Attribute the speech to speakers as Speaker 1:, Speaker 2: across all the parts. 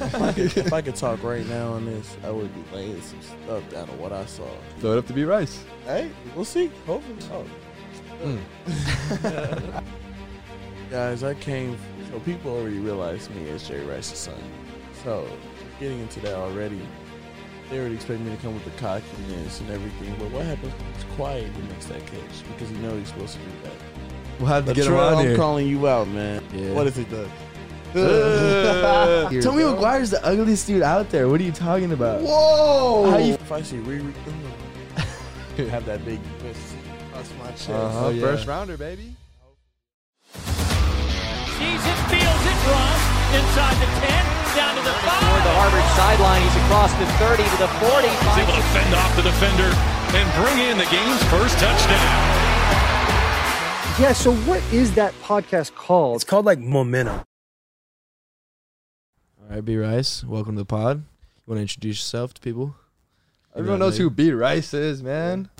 Speaker 1: if, I could, if I could talk right now on this, I would be laying some stuff down on what I saw.
Speaker 2: Throw it up to be rice.
Speaker 1: Hey, we'll see. Hopefully. Oh. Guys, I came. So people already realized me as Jerry Rice's son. So getting into that already, they already expect me to come with the cockiness and everything. But what happens when it's quiet and makes that catch? Because you know he's supposed to do that.
Speaker 2: We'll have to get him
Speaker 1: Latrell,
Speaker 2: on
Speaker 1: I'm
Speaker 2: here.
Speaker 1: calling you out, man.
Speaker 2: Yeah.
Speaker 1: What if it does?
Speaker 2: Ugh. Tommy
Speaker 3: Here, bro.
Speaker 2: McGuire's the ugliest dude out there. What are you talking about?
Speaker 1: Whoa!
Speaker 2: How you-
Speaker 1: if I see Riri, have that big fist.
Speaker 3: That's my chest.
Speaker 2: Uh-huh,
Speaker 3: Oh, yeah.
Speaker 2: First rounder, baby.
Speaker 4: Sees it, feels it, runs inside the 10, down to the 5.
Speaker 5: Toward the Harvard sideline, he's across the 30 to the 40.
Speaker 6: He's able to fend off the defender and bring in the game's first touchdown.
Speaker 7: Yeah, so what is that podcast called?
Speaker 8: It's called like momentum.
Speaker 2: All right, B Rice, welcome to the pod. You want to introduce yourself to people?
Speaker 1: Everyone
Speaker 2: Everyone
Speaker 1: knows
Speaker 2: knows who B Rice is, man.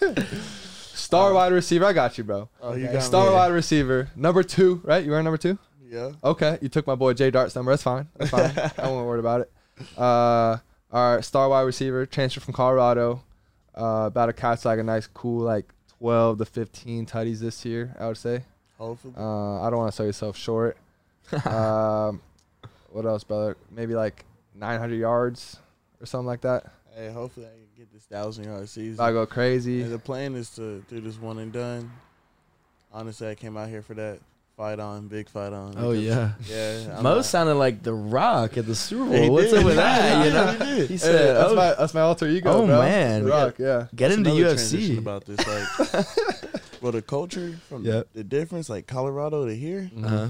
Speaker 2: Star wide receiver. I got you, bro.
Speaker 1: Oh, you
Speaker 2: Yeah,
Speaker 1: got
Speaker 2: Star
Speaker 1: me.
Speaker 2: wide receiver, number two, right? You are number two.
Speaker 1: Yeah.
Speaker 2: Okay, you took my boy Jay Dart's number. That's fine. That's fine. I won't worry about it. Uh, our star wide receiver transferred from Colorado. Uh, about to catch like a nice, cool, like twelve to fifteen tutties this year. I would say.
Speaker 1: Hopefully.
Speaker 2: Uh, I don't want to sell yourself short. um, what else, brother? Maybe like 900 yards or something like that.
Speaker 1: Hey, hopefully I can get this thousand yard season.
Speaker 2: I go crazy.
Speaker 1: And the plan is to do this one and done. Honestly, I came out here for that fight on, big fight on.
Speaker 3: Oh,
Speaker 1: because-
Speaker 3: yeah.
Speaker 1: yeah. I'm
Speaker 3: Mo
Speaker 1: not-
Speaker 3: sounded like The Rock at the Super Bowl.
Speaker 1: He
Speaker 3: What's
Speaker 1: did.
Speaker 3: up with that? You know,
Speaker 1: He did.
Speaker 3: he
Speaker 2: Hey,
Speaker 3: said,
Speaker 2: that's,
Speaker 3: "Oh,
Speaker 2: my, that's my alter ego.
Speaker 3: oh,
Speaker 2: bro.
Speaker 3: man.
Speaker 2: The Rock, yeah.
Speaker 3: get him to
Speaker 1: another transition
Speaker 3: UFC."
Speaker 1: about this, like, well, the culture from
Speaker 2: Yep.
Speaker 1: the difference, like Colorado to here.
Speaker 3: Uh-huh.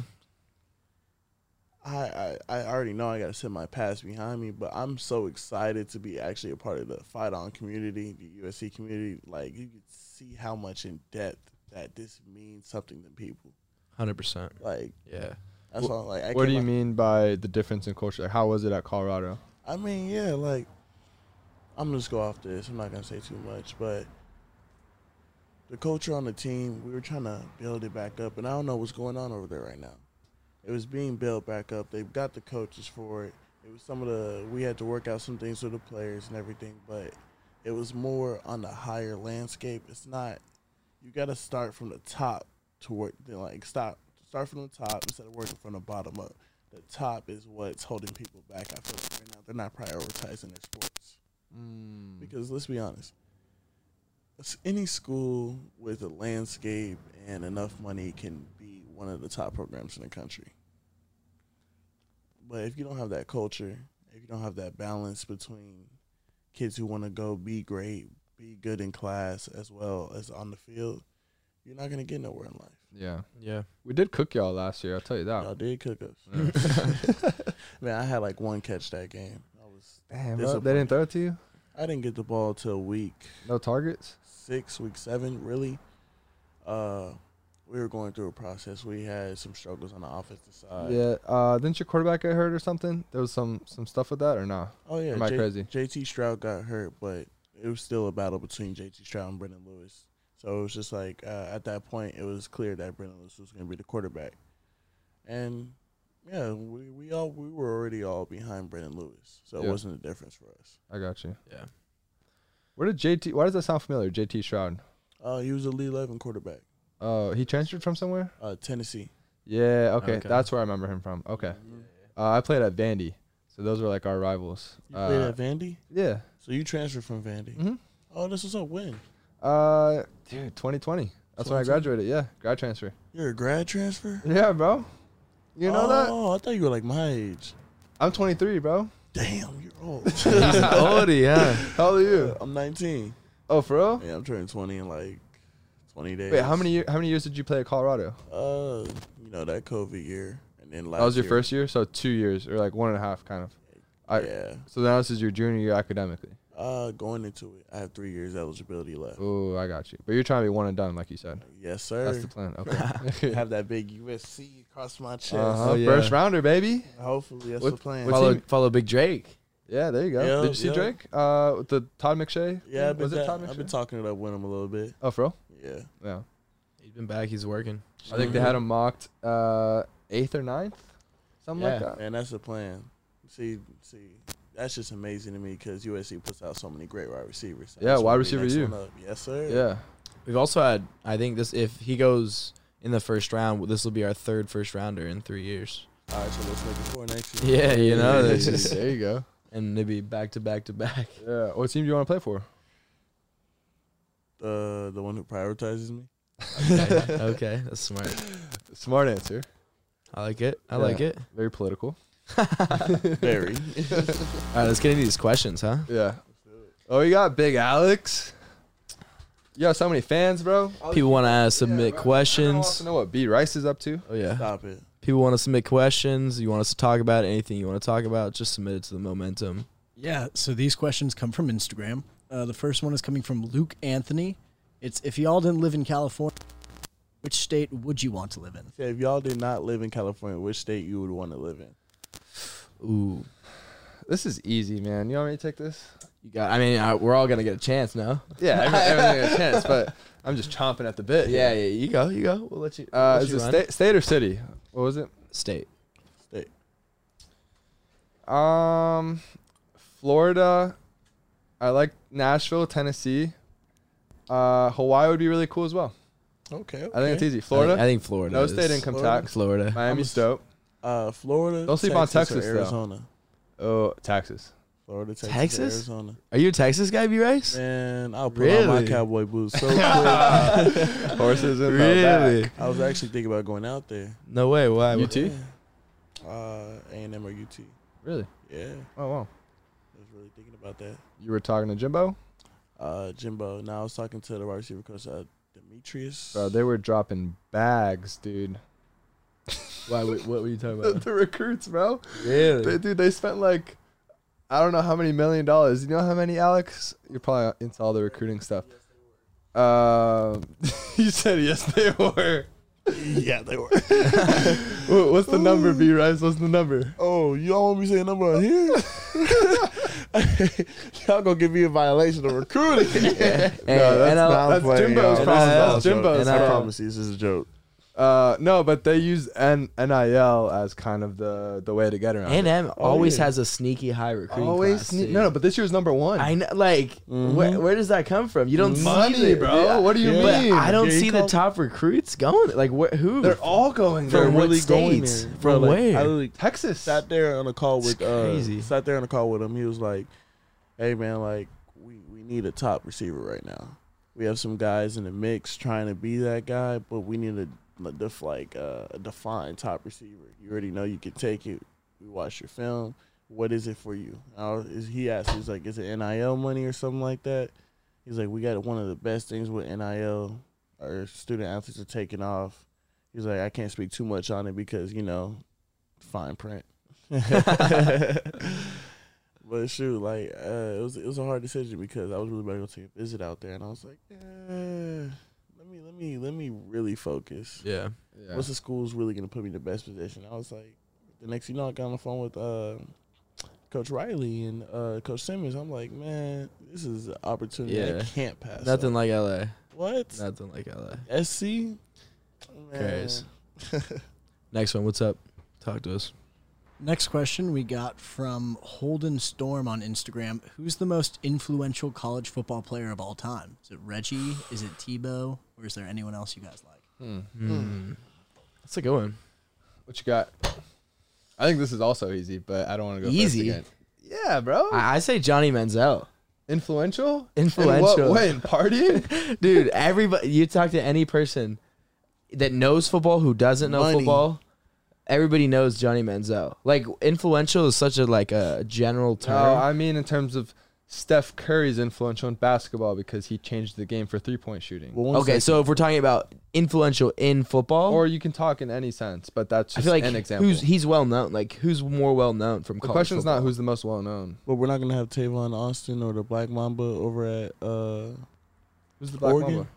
Speaker 1: I, I, I already know I got to set my past behind me, but I'm so excited to be actually a part of the fight on community, the USC community. Like you can see how much in depth that this means something to people.
Speaker 3: 100%.
Speaker 1: Like
Speaker 3: Yeah.
Speaker 1: that's all. Like I
Speaker 2: What do
Speaker 1: came
Speaker 2: you
Speaker 1: out-
Speaker 2: mean by the difference in culture? Like, How was it at Colorado?
Speaker 1: I mean, yeah, like I'm gonna just go off this. I'm not gonna say too much, but the culture on the team, we were trying to build it back up, and I don't know what's going on over there right now. It was being built back up. They've got the coaches for it. It was some of the we had to work out some things with the players and everything, but it was more on the higher landscape. It's not you got to start from the top to work. then, Like stop, start from the top instead of working from the bottom up. The top is what's holding people back. I feel like right now they're not prioritizing their sports because let's be honest, s- any school with a landscape and enough money can be one of the top programs in the country. But if you don't have that culture, if you don't have that balance between kids who want to go be great, be good in class as well as on the field, you're not gonna get nowhere in life.
Speaker 2: Yeah.
Speaker 3: Yeah.
Speaker 2: We did cook y'all last year. I'll tell you that.
Speaker 1: Y'all did cook us. Man, I had like one catch that game. I was
Speaker 2: Damn, bro,
Speaker 1: Disappointed.
Speaker 2: they didn't throw it to you?
Speaker 1: I didn't get the ball till week
Speaker 2: No targets?
Speaker 1: six, week seven, really. Uh, we were going through a process. We had some struggles on the offensive side.
Speaker 2: yeah. Uh, didn't your quarterback get hurt or something? There was some, some stuff with that or no?
Speaker 1: Oh yeah.
Speaker 2: Am I
Speaker 1: J-
Speaker 2: crazy?
Speaker 1: JT Stroud got hurt, but it was still a battle between JT Stroud and Brendan Lewis. So it was just like uh, at that point, it was clear that Brendan Lewis was going to be the quarterback, and yeah, we, we all we were already all behind Brendan Lewis, so it
Speaker 2: Yeah.
Speaker 1: wasn't a difference for us.
Speaker 2: I got you.
Speaker 3: Yeah.
Speaker 2: Where did JT, why does that sound familiar? JT Shroud.
Speaker 1: Uh, he was a Lee Levin quarterback,
Speaker 2: Oh, he transferred from somewhere?
Speaker 1: uh, Tennessee.
Speaker 2: Yeah, okay.
Speaker 3: Okay.
Speaker 2: That's where I remember him from. Okay. Uh, I played at Vandy. So those were like our rivals.
Speaker 1: You
Speaker 2: Uh,
Speaker 1: played at Vandy,
Speaker 2: yeah.
Speaker 1: so you transferred from Vandy.
Speaker 2: Mhm.
Speaker 1: Oh, this was up when?
Speaker 2: Uh, dude, 2020. That's when I
Speaker 1: 2020?
Speaker 2: graduated. Yeah, grad transfer.
Speaker 1: You're a grad transfer?
Speaker 2: Yeah, bro. You know
Speaker 1: oh,
Speaker 2: that?
Speaker 1: Oh, I thought you were like my age.
Speaker 2: I'm 23, bro.
Speaker 1: Damn, you're old.
Speaker 3: Oldie, yeah.
Speaker 2: How old are you?
Speaker 1: I'm 19.
Speaker 2: Oh, for real?
Speaker 1: Yeah, I'm turning 20 in like 20 days.
Speaker 2: Wait, how many year, how many years did you play at Colorado?
Speaker 1: Uh, you know that COVID year, and then last.
Speaker 2: that was your
Speaker 1: year.
Speaker 2: first year, so two years or like one and a half, kind of. I-
Speaker 1: yeah.
Speaker 2: So now this is your junior year academically.
Speaker 1: Uh, going into it, I have three years eligibility left.
Speaker 2: Oh, I got you. But you're trying to be one and done, like you said.
Speaker 1: Yes, sir.
Speaker 2: That's the plan. Okay.
Speaker 1: have that big USC across my chest.
Speaker 2: Uh-huh.
Speaker 3: Oh, yeah.
Speaker 2: First rounder, baby.
Speaker 1: Hopefully, that's
Speaker 2: What-
Speaker 1: the plan.
Speaker 2: what
Speaker 3: Follow,
Speaker 2: team-
Speaker 3: follow Big Drake.
Speaker 2: Yeah, there you go.
Speaker 1: Yeah,
Speaker 2: Did you see
Speaker 1: yeah.
Speaker 2: Drake? Uh, with the Todd McShay.
Speaker 1: yeah, I've been,
Speaker 2: was it
Speaker 1: ta-
Speaker 2: Todd
Speaker 1: I've
Speaker 2: McShay?
Speaker 1: been talking it up with him a little bit.
Speaker 2: oh, for real?
Speaker 1: Yeah.
Speaker 2: Yeah.
Speaker 3: He's been back. He's working.
Speaker 1: Mm-hmm.
Speaker 2: I think they had him mocked uh, eighth or ninth. something like
Speaker 3: Yeah.
Speaker 2: that.
Speaker 1: Man, that's the plan. See, see, that's just amazing to me because USC puts out so many great wide receivers.
Speaker 2: Yeah,
Speaker 1: That's
Speaker 2: wide
Speaker 1: gonna be
Speaker 2: receiver
Speaker 1: next
Speaker 2: you.
Speaker 1: one up. Yes, sir.
Speaker 2: Yeah,
Speaker 3: We've also had, I think this if he goes in the first round, this will be our third first rounder in three years.
Speaker 1: All right, so let's make it four next year.
Speaker 3: Yeah, you know, that's just,
Speaker 2: there you go.
Speaker 3: and it'd be back to back to back.
Speaker 2: Yeah, what team do you want to play for?
Speaker 1: Uh, the one who prioritizes me.
Speaker 3: Okay, okay, that's smart.
Speaker 2: Smart answer.
Speaker 3: I like it. I
Speaker 2: Yeah.
Speaker 3: like it.
Speaker 2: Very political.
Speaker 1: Barry.
Speaker 3: All right, let's get into these questions, huh?
Speaker 2: Yeah. Oh, you got Big Alex. You got so many fans, bro.
Speaker 3: People want to submit
Speaker 2: Everyone wants
Speaker 3: questions.
Speaker 2: to know what B Rice is up to.
Speaker 3: Oh yeah.
Speaker 1: Stop it.
Speaker 3: People want to submit questions. You want us to talk about anything you want to talk about? Just submit it to the momentum.
Speaker 8: Yeah, so these questions come from Instagram. Uh, the first one is coming from Luke Anthony. It's if y'all didn't live in California, which state would you want to live in?
Speaker 1: Yeah, if y'all did not live in California, which state you would want to live in?
Speaker 3: Ooh,
Speaker 2: This is easy, man. You want me to take this?
Speaker 3: you got. I mean, I, we're all gonna get a chance now.
Speaker 2: Yeah, everyone, everyone got a chance, but I'm just chomping at the bit.
Speaker 3: Yeah, yeah. You go. You go. We'll let you.
Speaker 2: Uh,
Speaker 3: let
Speaker 2: is
Speaker 3: you
Speaker 2: it
Speaker 3: run.
Speaker 2: state, state or city? What was it?
Speaker 3: State.
Speaker 1: State.
Speaker 2: Um, Florida. I like Nashville, Tennessee. Uh, Hawaii would be really cool as well.
Speaker 1: Okay.
Speaker 2: I think it's easy.
Speaker 3: I
Speaker 2: Florida,
Speaker 3: think, I think Florida.
Speaker 2: no
Speaker 3: is-
Speaker 2: state income
Speaker 1: Florida.
Speaker 2: tax.
Speaker 3: Florida.
Speaker 2: Miami's dope.
Speaker 1: Uh, Florida.
Speaker 2: Don't sleep on
Speaker 1: or
Speaker 2: Texas, though.
Speaker 1: Arizona.
Speaker 2: Oh, taxes.
Speaker 1: Florida, Texas,
Speaker 3: Texas?
Speaker 1: Arizona.
Speaker 3: Are you a Texas guy, B Rice?
Speaker 1: Man, I'll put on my
Speaker 3: Really?
Speaker 1: cowboy boots so quick.
Speaker 2: Horses and
Speaker 3: Really?
Speaker 1: I was actually thinking about going out there.
Speaker 3: No way. Why?
Speaker 2: UT.
Speaker 1: Uh, A and M or UT.
Speaker 2: Really?
Speaker 1: Yeah, I
Speaker 2: Oh wow.
Speaker 1: was really thinking about that.
Speaker 2: You were talking to Jimbo,
Speaker 1: Uh, Jimbo. Now I was talking to the wide receiver coach, uh, Demetrius.
Speaker 2: bro. They were dropping bags, dude.
Speaker 3: Why? What were you talking about?
Speaker 2: the recruits, bro. They,
Speaker 3: really?
Speaker 2: dude, they spent like I don't know how many million dollars. You know how many, Alex? You're probably into all the recruiting stuff. Um, you said yes, they were.
Speaker 1: yeah, they were.
Speaker 2: Wha- What's the number, B Rice? What's the number?
Speaker 1: oh, you all want me saying number on here? Y'all gonna give me a violation of recruiting?
Speaker 3: And, and I'll-
Speaker 1: I'm
Speaker 2: that's
Speaker 1: playing,
Speaker 2: Jimbo's
Speaker 1: y'all.
Speaker 2: problem, that's
Speaker 1: That's Jimbo's
Speaker 2: Jimbo's
Speaker 1: I
Speaker 2: problem.
Speaker 1: promise you, this is a joke.
Speaker 2: Uh, no, but they use N- NIL as kind of the the way to get around.
Speaker 3: A and
Speaker 2: it.
Speaker 3: M always
Speaker 1: yeah.
Speaker 3: has a sneaky high recruiting
Speaker 2: always
Speaker 3: class.
Speaker 2: sne-
Speaker 3: dude.
Speaker 2: no, no, but this year's number one.
Speaker 3: I know, like, where, where does that come from? You don't see
Speaker 2: Mm-hmm. Money,
Speaker 3: the-
Speaker 2: bro. What do you
Speaker 3: But
Speaker 2: mean?
Speaker 3: I don't
Speaker 1: Yeah, you
Speaker 3: see the
Speaker 1: call-
Speaker 3: top recruits going. Like, wh- who?
Speaker 2: They're all going
Speaker 3: From
Speaker 2: there.
Speaker 3: what
Speaker 2: really
Speaker 3: states?
Speaker 2: going there.
Speaker 1: Bro,
Speaker 3: From
Speaker 1: like,
Speaker 3: where?
Speaker 1: I literally
Speaker 2: Texas.
Speaker 1: sat there on a call with
Speaker 3: It's
Speaker 1: uh,
Speaker 3: crazy.
Speaker 1: sat there on a call with him. He was like, "Hey man, like we we need a top receiver right now. We have some guys in the mix trying to be that guy, but we need a, a def, like uh, a defined top receiver. You already know you can take it. We watch your film. What is it for you? I was- is he asked? He's like, "Is it NIL money or something like that?" He's like, "We got one of the best things with NIL. Our student athletes are taking off." He's like, "I can't speak too much on it because you know fine print. but shoot, like uh, it was it was a hard decision because I was really about to go take a visit out there, and I was like, eh, let me let me let me really focus.
Speaker 3: yeah.
Speaker 1: What's the school's really gonna put me in the best position? I was like, the next thing you know, I got on the phone with uh, Coach Riley and uh, Coach Simmons. I'm like, man, this is an opportunity I
Speaker 3: Yeah.
Speaker 1: can't pass.
Speaker 3: Nothing
Speaker 1: up."
Speaker 3: like LA.
Speaker 1: What
Speaker 3: Nothing like LA.
Speaker 1: SC? Man.
Speaker 3: Cares. Next one. What's up? Talk to us.
Speaker 8: Next question we got from Holden Storm on Instagram. Who's the most influential college football player of all time? Is it Reggie? Is it Tebow? Or is there anyone else you guys like?
Speaker 3: That's a good one.
Speaker 2: What you got? I think this is also easy, but I don't want to go
Speaker 3: Easy?
Speaker 2: First again. Yeah, bro.
Speaker 3: I, I say Johnny Manziel.
Speaker 2: influential. In
Speaker 3: Influential.
Speaker 2: what way? In partying?
Speaker 3: Dude, everybody, you talk to any person that knows football who doesn't know
Speaker 1: Money.
Speaker 3: football, everybody knows Johnny Manziel. Like influential is such a like a general term.
Speaker 2: no, I mean in terms of Steph Curry's influential in basketball because he changed the game for three point shooting.
Speaker 1: Well, one
Speaker 3: okay,
Speaker 1: second.
Speaker 3: so if we're talking about influential in football,
Speaker 2: or you can talk in any sense, but that's
Speaker 3: I
Speaker 2: just
Speaker 3: feel like
Speaker 2: an example.
Speaker 3: who's he's well known. Like who's more well known from
Speaker 2: the
Speaker 3: college
Speaker 2: question's not
Speaker 3: football?
Speaker 2: who's the most well known.
Speaker 1: But we're not gonna have Tavon Austin or the Black Mamba over at uh,
Speaker 2: Who's the black
Speaker 1: Oregon.
Speaker 2: Mamba?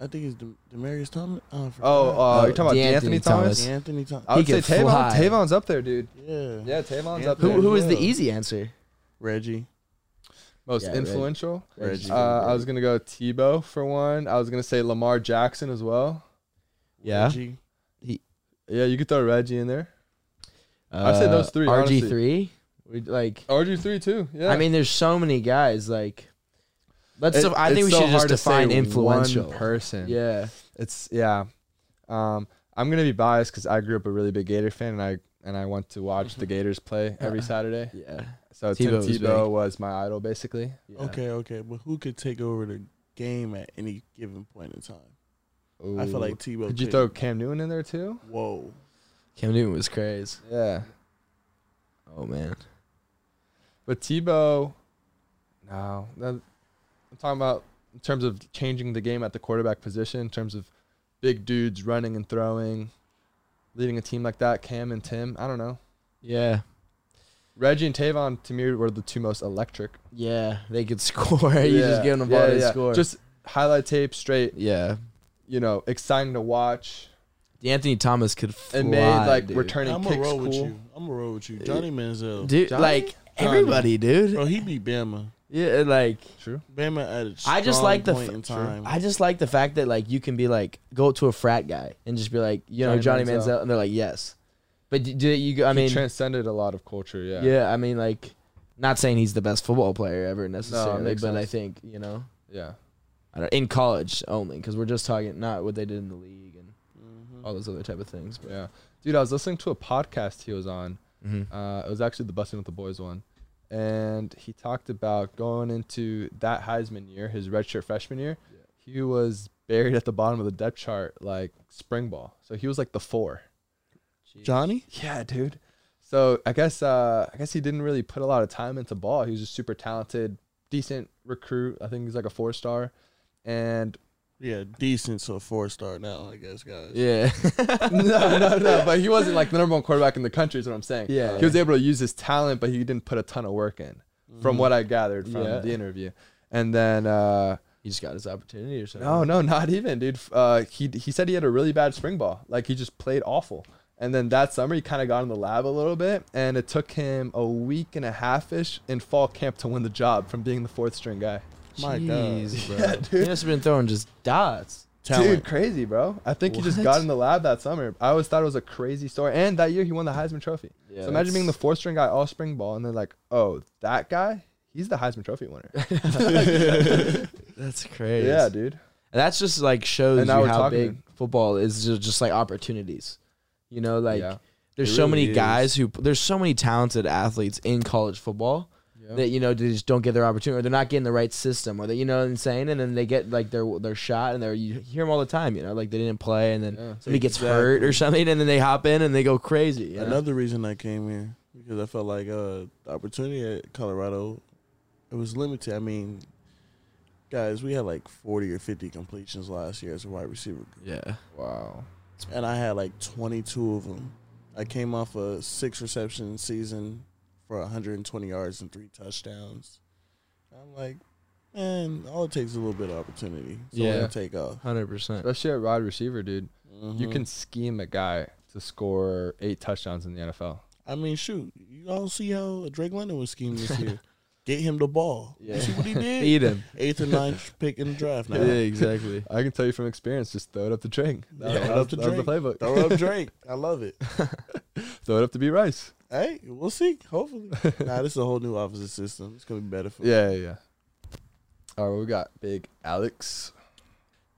Speaker 1: I think it's De- Demarius Thomas. Oh, I forgot.
Speaker 2: Oh, uh,
Speaker 3: No,
Speaker 2: you're talking about
Speaker 3: DeAnthony
Speaker 2: D'Anthony Thomas?
Speaker 3: Thomas.
Speaker 1: Anthony Thomas.
Speaker 2: I would
Speaker 3: He
Speaker 2: say
Speaker 3: could
Speaker 2: Tavon.
Speaker 3: fly.
Speaker 2: Tavon's up there, dude.
Speaker 1: yeah.
Speaker 2: Yeah, Tavon's up
Speaker 1: Anthony.
Speaker 2: there.
Speaker 3: who who is the
Speaker 1: Yeah.
Speaker 3: easy answer?
Speaker 1: Reggie.
Speaker 2: Most
Speaker 3: Yeah, Reg-
Speaker 2: influential.
Speaker 1: Reggie.
Speaker 2: Uh, I was gonna go Tebow for one. I was gonna say Lamar Jackson as well.
Speaker 3: Yeah.
Speaker 1: Reggie.
Speaker 2: Yeah, you could throw Reggie in there. I'd say those three, honestly.
Speaker 3: RG Uh, three. We like.
Speaker 2: RG three too. Yeah.
Speaker 3: I mean, there's so many guys. Like, let's.
Speaker 2: It-
Speaker 3: def- I think
Speaker 2: it's
Speaker 3: we
Speaker 2: so
Speaker 3: should just
Speaker 2: hard to say
Speaker 3: define influential.
Speaker 2: one person.
Speaker 3: Yeah.
Speaker 2: It's yeah. Um, I'm gonna be biased because I grew up a really big Gator fan, and I and I went to watch the Gators play every Saturday.
Speaker 3: Yeah.
Speaker 2: So Tim
Speaker 3: Tebow was
Speaker 2: Tebow
Speaker 3: big.
Speaker 2: was my idol, basically.
Speaker 1: Okay, okay, but who could take over the game at any given point in time? I feel like Tebow.
Speaker 2: Could you
Speaker 1: could.
Speaker 2: throw Cam Newton in there too?
Speaker 1: Whoa,
Speaker 3: Cam Newton was crazy.
Speaker 2: Yeah,
Speaker 3: Oh man.
Speaker 2: but Tebow. No, that- I'm talking about in terms of changing the game at the quarterback position. In terms of big dudes running and throwing, leading a team like that. Cam and Tim. I don't know.
Speaker 3: Yeah.
Speaker 2: Reggie and Tavon to me were the two most electric.
Speaker 3: Yeah. They could score. you
Speaker 2: Yeah.
Speaker 3: just give them the ball.
Speaker 2: Yeah,
Speaker 3: they
Speaker 2: yeah.
Speaker 3: score.
Speaker 2: Just highlight tape straight.
Speaker 3: yeah.
Speaker 2: You know, exciting to watch.
Speaker 3: Anthony Thomas could fly.
Speaker 2: And made like
Speaker 3: dude.
Speaker 2: returning
Speaker 1: I'm gonna
Speaker 2: kicks
Speaker 1: roll
Speaker 2: cool.
Speaker 1: with you. I'm gonna roll with you, Johnny Manziel.
Speaker 3: Dude,
Speaker 2: Johnny?
Speaker 3: like everybody, dude.
Speaker 1: Bro, he beat Bama.
Speaker 3: Yeah, like
Speaker 2: True.
Speaker 1: Bama at a strong
Speaker 3: I just like the
Speaker 1: point
Speaker 3: f-
Speaker 1: in time.
Speaker 3: I just like the fact that like you can be like go up to a frat guy and just be like, you know, Johnny,
Speaker 2: Johnny
Speaker 3: Manziel.
Speaker 2: Manziel.
Speaker 3: and they're like, yes. But do, do you? go- I mean,
Speaker 2: he transcended a lot of culture. Yeah.
Speaker 3: yeah. I mean, like, not saying he's the best football player ever necessarily, but
Speaker 2: makes
Speaker 3: I
Speaker 2: sense.
Speaker 3: think you know,
Speaker 2: Yeah.
Speaker 3: I don't, in college only because we're just talking not what they did in the league and all those other type of things. But
Speaker 2: Yeah. Dude, I was listening to a podcast he was on.
Speaker 3: Mhm.
Speaker 2: Uh, it was actually the Busting with the Boys one. And he talked about going into that Heisman year, his redshirt freshman year. He was buried at the bottom of the depth chart, like spring ball. So he was like the four.
Speaker 1: Johnny.
Speaker 2: Yeah, dude. So I guess uh, I guess he didn't really put a lot of time into ball. He was just super talented, decent recruit. I think he's like a four star, and
Speaker 1: Yeah, decent. So four star now, I guess, guys.
Speaker 3: yeah,
Speaker 2: no, no, no. But he wasn't like the number one quarterback in the country. Is what I'm saying.
Speaker 3: Yeah.
Speaker 2: he was able to use his talent, but he didn't put a ton of work in, from what I gathered from
Speaker 3: Mm. Yeah.
Speaker 2: the interview. And then uh,
Speaker 3: he just got his opportunity or something.
Speaker 2: no, no, not even, dude. F- Uh, he he said he had a really bad spring ball. Like he just played awful. And then that summer he kind of got in the lab a little bit, and it took him a week and a half ish in fall camp to win the job from being the fourth string guy.
Speaker 1: My
Speaker 3: Jeez, bro.
Speaker 2: Yeah,
Speaker 3: he
Speaker 2: dude.
Speaker 3: must have been throwing just dots.
Speaker 2: Dude, crazy, bro. I think he just got in the lab that summer. I always thought it was a crazy story. And that year he won the Heisman Trophy.
Speaker 3: Yeah,
Speaker 2: so imagine being the
Speaker 3: that's-
Speaker 2: fourth string guy all spring ball, and they're like, oh, that guy, he's the Heisman Trophy winner.
Speaker 3: That's crazy.
Speaker 2: yeah, dude.
Speaker 3: And that's just like shows
Speaker 2: And
Speaker 3: you
Speaker 2: now we're
Speaker 3: how
Speaker 2: talking.
Speaker 3: big football is just, just like opportunities. You know, like
Speaker 2: Yeah.
Speaker 3: there's
Speaker 2: It
Speaker 3: so
Speaker 2: really
Speaker 3: many
Speaker 2: is.
Speaker 3: guys who there's so many talented athletes in college football that you know they just don't get their opportunity or they're not getting the right system or they you know what I'm saying and then they get like their their shot and they're you hear them all the time you know like they didn't play and then somebody gets hurt or something and then they hop in and they go crazy. you know?
Speaker 1: Another reason I came here because I felt like uh, the opportunity at Colorado it was limited. I mean, guys, we had like forty or fifty completions last year as a wide receiver, group,
Speaker 3: yeah,
Speaker 2: Wow.
Speaker 1: and I had like twenty-two of them. I came off a six reception season for 120 yards and three touchdowns. I'm like, man, all it takes is a little bit of opportunity. So
Speaker 3: Yeah.
Speaker 1: yeah, take off. Mm-hmm.
Speaker 3: hundred percent.
Speaker 2: Especially at wide receiver, dude. You
Speaker 3: Mm-hmm.
Speaker 2: can scheme a guy to score eight touchdowns in the NFL.
Speaker 1: I mean, shoot, you all see how Drake London was scheming this year. Get him the ball. You see what he did?
Speaker 3: Eat him.
Speaker 1: Eighth and ninth pick in the draft now.
Speaker 3: yeah, exactly.
Speaker 2: I can tell you from experience, just throw it up the drink.
Speaker 1: Throw it up to
Speaker 2: that was the
Speaker 1: Drake.
Speaker 2: playbook.
Speaker 1: Throw up Drake. I love it.
Speaker 2: throw it up to B Rice.
Speaker 1: Hey, we'll see. Hopefully. Nah, this is a whole new opposite system. It's gonna be better for
Speaker 2: Yeah, yeah, yeah. All right, what we got Big Alex.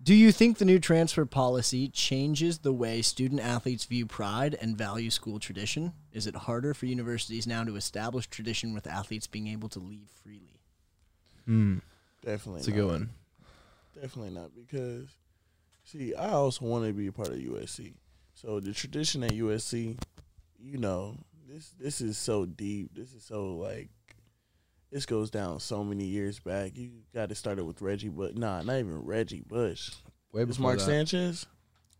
Speaker 8: Do you think the new transfer policy changes the way student athletes view pride and value school tradition? Is it harder for universities now to establish tradition with athletes being able to leave freely?
Speaker 1: definitely.
Speaker 3: Mm, It's a
Speaker 1: not.
Speaker 3: good one.
Speaker 1: Definitely not because see, I also want to be a part of USC. So the tradition at USC, you know, this this is so deep. This is so like this goes down so many years back. You got to start it with Reggie, but nah, not even Reggie Bush.
Speaker 2: Way
Speaker 1: It's Mark Sanchez.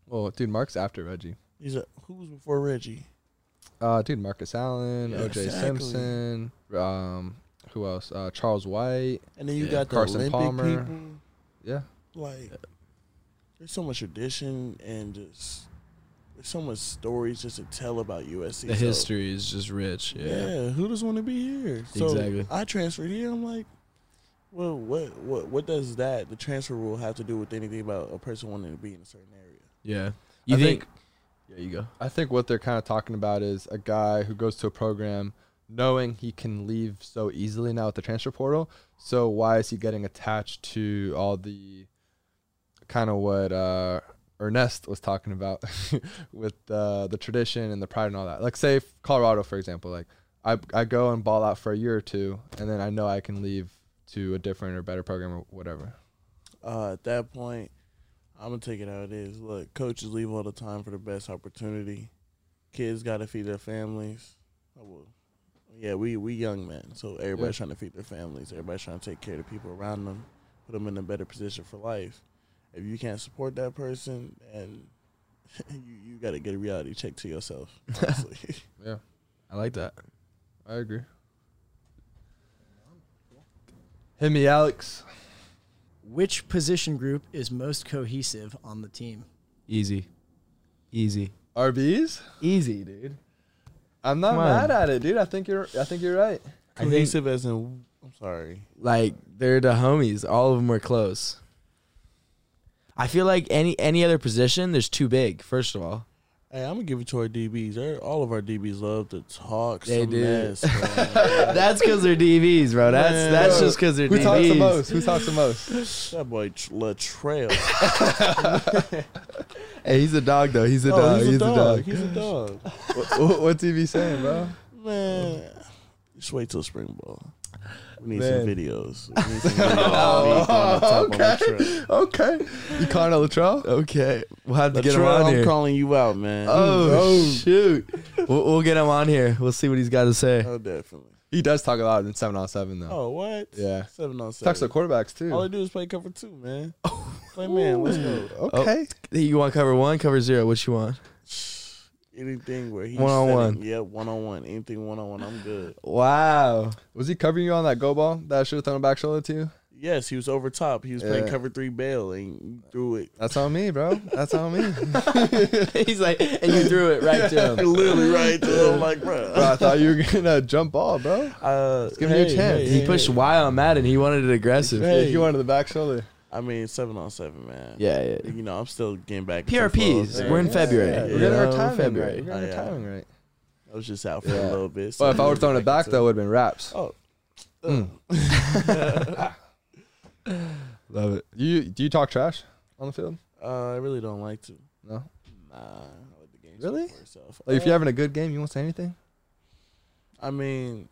Speaker 2: Well, dude, Mark's after Reggie.
Speaker 1: He's a who was before Reggie?
Speaker 2: Uh, dude, Marcus Allen,
Speaker 1: Yeah,
Speaker 2: OJ
Speaker 1: exactly.
Speaker 2: Simpson, um, who else? Uh, Charles White.
Speaker 1: And then you
Speaker 2: Yeah,
Speaker 1: got the
Speaker 2: Carson
Speaker 1: Olympic
Speaker 2: Palmer.
Speaker 1: people.
Speaker 2: Yeah,
Speaker 1: Like, there's so much tradition and just there's so much stories just to tell about USC.
Speaker 3: The
Speaker 1: So,
Speaker 3: history is just rich.
Speaker 1: Yeah. who does want to be here? So
Speaker 3: Exactly.
Speaker 1: I transferred here. I'm like, well, what, what, what does that the transfer rule have to do with anything about a person wanting to be in a certain area?
Speaker 3: Yeah. You
Speaker 2: I
Speaker 3: think,
Speaker 2: think-
Speaker 3: There you go.
Speaker 2: I think what they're kind of talking about is a guy who goes to a program knowing he can leave so easily now at the transfer portal. So why is he getting attached to all the kind of what uh, Ernest was talking about with uh, the tradition and the pride and all that? Like, say Colorado, for example. Like, I I go and ball out for a year or two, and then I know I can leave to a different or better program or whatever.
Speaker 1: Uh, at that point, I'm gonna take it how it is. Look, coaches leave all the time for the best opportunity. Kids gotta feed their families. I will. Yeah, we we young men, so everybody's trying to feed their families. Everybody's trying to take care of the people around them, put them in a better position for life. If you can't support that person, and you you gotta get a reality check to yourself. Honestly.
Speaker 2: Yeah,
Speaker 3: I like that.
Speaker 2: I agree. Hit me, Alex.
Speaker 8: Which position group is most cohesive on the team?
Speaker 3: Easy, easy,
Speaker 2: RBs.
Speaker 3: easy, dude.
Speaker 2: I'm not
Speaker 3: Come on.
Speaker 2: mad at it, dude. I think you're. I think you're right.
Speaker 3: I think
Speaker 1: Cohesive as in, I'm sorry.
Speaker 3: like they're the homies. All of them are close. I feel like any any other position, there's too big. First of all,
Speaker 1: Hey, I'm gonna give it to our DBs. They're- all of our DBs love to talk.
Speaker 3: They
Speaker 1: some
Speaker 3: do.
Speaker 1: mess, man.
Speaker 3: that's because they're DVs, bro. That's that's just because they're
Speaker 2: Who
Speaker 3: DVs.
Speaker 2: talks the most? Who talks the most?
Speaker 1: that boy Tr- Latrell.
Speaker 2: hey, he's a dog though. He's a
Speaker 1: Oh, he's, a dog. He's a dog.
Speaker 2: what, what's he be saying, bro?
Speaker 1: Man, just wait till spring ball. We need some
Speaker 2: Man.
Speaker 1: videos. We need some videos. okay.
Speaker 2: Okay, you calling out Latrell? Okay,
Speaker 3: We'll have to get him
Speaker 1: Latrell,
Speaker 3: on
Speaker 1: I'm
Speaker 3: here.
Speaker 1: calling you out, man.
Speaker 3: Oh, shoot, we'll, we'll get him on here. We'll see what he's got to say.
Speaker 1: Oh, definitely.
Speaker 2: he does talk a lot in seven on seven though.
Speaker 1: Oh, what?
Speaker 2: Yeah.
Speaker 1: Seven on
Speaker 2: Talks to
Speaker 1: seven.
Speaker 2: quarterbacks
Speaker 1: All I
Speaker 2: too.
Speaker 1: do is play cover two, man. play man. Let's go.
Speaker 2: Okay,
Speaker 3: You want cover one, cover zero? What you want?
Speaker 1: Anything where he's
Speaker 3: One-on-one.
Speaker 1: setting- Yeah, one on one. Anything one on one, I'm good.
Speaker 3: Wow,
Speaker 2: was he covering you on that go ball that I should have thrown a back shoulder to you?
Speaker 1: Yes, he was over top. He was playing
Speaker 2: Yeah.
Speaker 1: cover three bail and threw it
Speaker 2: That's on me, bro. That's on me.
Speaker 3: he's like, and you threw it right to him.
Speaker 1: literally right to him. Like,
Speaker 2: bro,
Speaker 1: bro.
Speaker 2: I thought you were gonna jump ball, bro.
Speaker 1: Uh,
Speaker 2: give me a chance.
Speaker 1: hey,
Speaker 3: He
Speaker 1: hey.
Speaker 3: pushed Y on Madden. He wanted it aggressive.
Speaker 2: Yeah, you wanted the back shoulder.
Speaker 1: I mean, seven on seven, man.
Speaker 3: Yeah, yeah.
Speaker 1: You know, I'm still getting back. into football,
Speaker 3: PRPs.
Speaker 1: man.
Speaker 3: We're in February.
Speaker 2: Yeah,
Speaker 3: you
Speaker 2: we're getting our
Speaker 3: know,
Speaker 2: timing
Speaker 3: February.
Speaker 2: right. We're getting
Speaker 1: Oh,
Speaker 2: our
Speaker 1: yeah.
Speaker 2: timing right.
Speaker 1: I was just out for
Speaker 2: Yeah.
Speaker 1: a little bit. so
Speaker 2: Well, if I
Speaker 1: I'm
Speaker 2: were throwing it back,
Speaker 1: into
Speaker 2: that would have been wraps.
Speaker 1: Oh.
Speaker 2: Love it. You do you talk trash on the field?
Speaker 1: Uh, I really don't like to.
Speaker 2: No.
Speaker 1: Nah, I let the game speak
Speaker 2: Really?
Speaker 1: for itself.
Speaker 2: Like if
Speaker 1: Uh,
Speaker 2: you're having a good game, you won't say anything.
Speaker 1: I mean,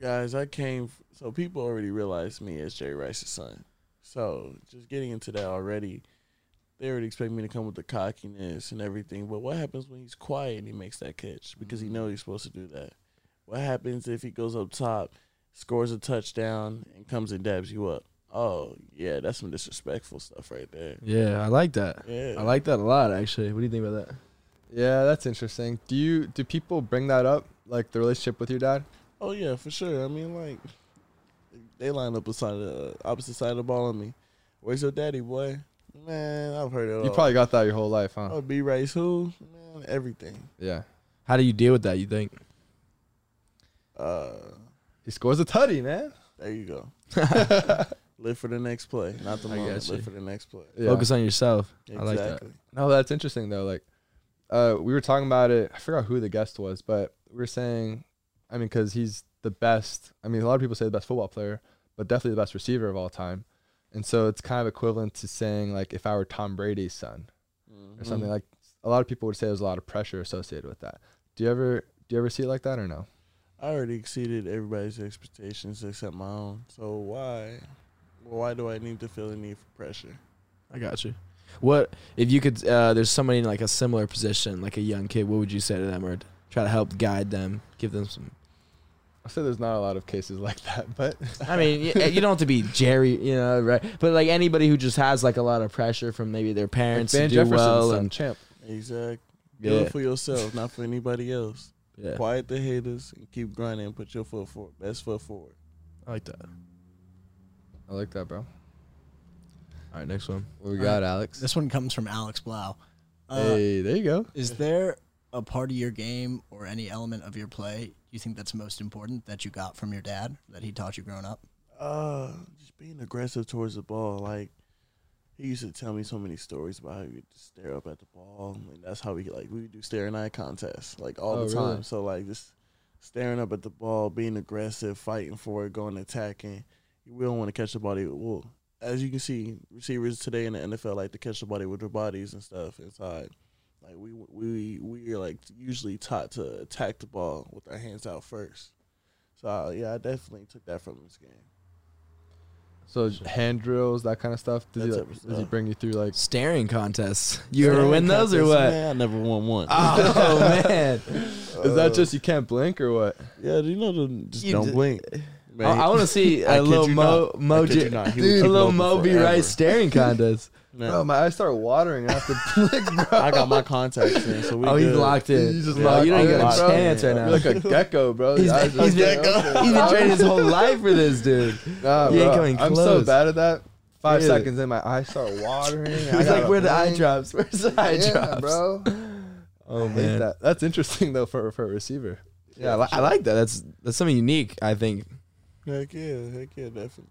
Speaker 1: guys, I came. f- So people already realized me as Jerry Rice's son. So just getting into that already, they already expect me to come with the cockiness and everything. But what happens when he's quiet and he makes that catch because he knows he's supposed to do that? What happens if he goes up top, scores a touchdown, and comes and dabs you up? Oh yeah, that's some disrespectful stuff right there.
Speaker 3: Yeah, I like that.
Speaker 1: Yeah,
Speaker 3: I like that a lot, actually. What do you think about that?
Speaker 2: Yeah, that's interesting. Do you do people bring that up, like the relationship with your dad?
Speaker 1: Oh yeah, for sure. I mean, like they line up beside the uh, opposite side of the ball on me. Where's your daddy, boy? Man, I've heard it.
Speaker 2: You
Speaker 1: all.
Speaker 2: probably got that your whole life, huh?
Speaker 1: oh, B Rice who? Man, everything.
Speaker 2: Yeah.
Speaker 3: How do you deal with that? You think?
Speaker 1: Uh,
Speaker 2: He scores a tutty, man.
Speaker 1: there you go. Live for the next play, not the moment.
Speaker 3: gotcha.
Speaker 1: Live for the next play.
Speaker 2: Yeah.
Speaker 3: Focus on yourself.
Speaker 1: Exactly.
Speaker 3: I like that.
Speaker 2: No, that's interesting though. Like, uh, we were talking about it. I forgot who the guest was, but we were saying, I mean, because he's the best. I mean, a lot of people say the best football player, but definitely the best receiver of all time. And so it's kind of equivalent to saying like if I were Tom Brady's son or something
Speaker 3: Mm-hmm.
Speaker 2: like. A lot of people would say there's a lot of pressure associated with that. Do you ever do you ever see it like that or no?
Speaker 1: I already exceeded everybody's expectations except my own. So why, why do I need to feel the need for pressure?
Speaker 3: I got you. What if you could? Uh, there's somebody in like a similar position, like a young kid. What would you say to them, or try to help guide them, give them some?
Speaker 2: I say there's not a lot of cases like that, but
Speaker 3: I mean, y- you don't have to be Jerry, you know, right? But like anybody who just has like a lot of pressure from maybe their parents to do well,
Speaker 2: son,
Speaker 3: and
Speaker 2: champ.
Speaker 1: Exactly. Do
Speaker 3: yeah,
Speaker 1: it for yourself, not for anybody else.
Speaker 3: yeah,
Speaker 1: Quiet the haters and keep grinding and put your foot forward. Best foot forward.
Speaker 3: I like that.
Speaker 2: I like that, bro.
Speaker 3: All right, next one.
Speaker 2: What we got, Alex?
Speaker 8: This one comes from Alex Blau. Uh,
Speaker 2: hey, there you go.
Speaker 8: Is there a part of your game or any element of your play you think that's most important that you got from your dad that he taught you growing up?
Speaker 1: Uh, just being aggressive towards the ball. Like He used to tell me so many stories about how he would just stare up at the ball, and that's how we like we would do staring eye contests like all
Speaker 2: Oh,
Speaker 1: the
Speaker 2: really?
Speaker 1: time. So like just staring up at the ball, being aggressive, fighting for it, going attacking. We don't want to catch the body. Well, as you can see, receivers today in the NFL like to catch the body with their bodies and stuff inside. Like we we we are like usually taught to attack the ball with our hands out first. So yeah, I definitely took that from this game.
Speaker 2: So j- hand drills, that kind of stuff. Does, he,
Speaker 1: That
Speaker 2: like,
Speaker 1: type of
Speaker 2: does he
Speaker 1: stuff.
Speaker 2: bring you through like?
Speaker 3: Staring contests. You ever win those or what?
Speaker 1: Man, I never won one.
Speaker 3: Oh man,
Speaker 2: is that just you can't blink or what?
Speaker 1: yeah, do you know the just
Speaker 3: You
Speaker 1: don't
Speaker 3: d-
Speaker 1: blink.
Speaker 3: I, want to see a
Speaker 1: I kid
Speaker 3: little
Speaker 1: you
Speaker 3: Mo
Speaker 1: not.
Speaker 3: Mo
Speaker 1: I kid
Speaker 3: J-
Speaker 1: you not. He would
Speaker 3: dude, a
Speaker 1: keep
Speaker 3: little
Speaker 1: open
Speaker 3: Mo B
Speaker 1: forever.
Speaker 3: Rice staring contest.
Speaker 1: Man,
Speaker 2: Bro, my eyes start watering. I have to blink, bro.
Speaker 1: I got my contacts in, so we.
Speaker 3: oh, he's
Speaker 1: good.
Speaker 3: locked in.
Speaker 2: You just
Speaker 3: No,
Speaker 2: locked
Speaker 3: you don't
Speaker 2: in,
Speaker 3: get a
Speaker 2: bro.
Speaker 3: chance right
Speaker 1: You're
Speaker 3: now.
Speaker 2: You're like a gecko, bro.
Speaker 3: He's,
Speaker 2: Your eyes
Speaker 3: he's,
Speaker 2: just
Speaker 3: been,
Speaker 2: stay open.
Speaker 3: he's been training his whole life for this, dude.
Speaker 2: Nah,
Speaker 3: He ain't
Speaker 2: bro,
Speaker 3: coming
Speaker 2: I'm so
Speaker 3: close.
Speaker 2: bad at that. Five
Speaker 3: Yeah.
Speaker 2: seconds in, my eyes start watering. I
Speaker 3: He's
Speaker 2: gotta
Speaker 3: like, where the eye
Speaker 2: blink.
Speaker 3: drops? Where's the eye
Speaker 2: Yeah,
Speaker 3: drops,
Speaker 2: bro.
Speaker 3: Oh
Speaker 2: I hate
Speaker 3: man,
Speaker 2: that. That's interesting though for for a receiver.
Speaker 3: yeah, I, li- I like that. That's that's something unique. I think.
Speaker 1: Heck yeah, heck yeah, definitely.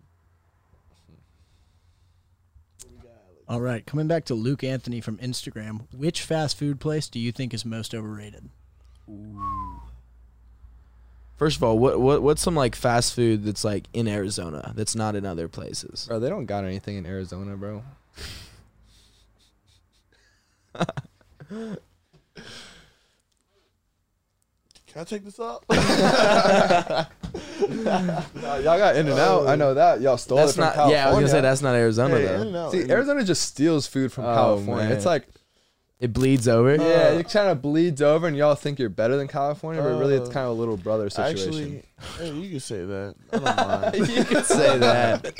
Speaker 8: All right, coming back to Luke Anthony from Instagram. Which fast food place do you think is most overrated?
Speaker 3: First of all, what what what's some like fast food that's like in Arizona that's not in other places?
Speaker 2: Bro, they don't got anything in Arizona, bro.
Speaker 1: Can I take this up?
Speaker 2: y'all got In and Out. I know that. Y'all stole
Speaker 3: Oh. That's
Speaker 2: it from
Speaker 3: not.
Speaker 2: California.
Speaker 3: Yeah, I was gonna say that's not Arizona though.
Speaker 2: See, Arizona just steals food from
Speaker 3: Oh,
Speaker 2: California.
Speaker 3: man.
Speaker 2: It's like,
Speaker 3: It bleeds over.
Speaker 2: yeah, it kind of bleeds over, and y'all think you're better than California, but really it's
Speaker 1: Uh,
Speaker 2: kind of a little brother
Speaker 1: Actually,
Speaker 2: situation.
Speaker 1: hey, you can say that. I don't mind.
Speaker 3: you could say that.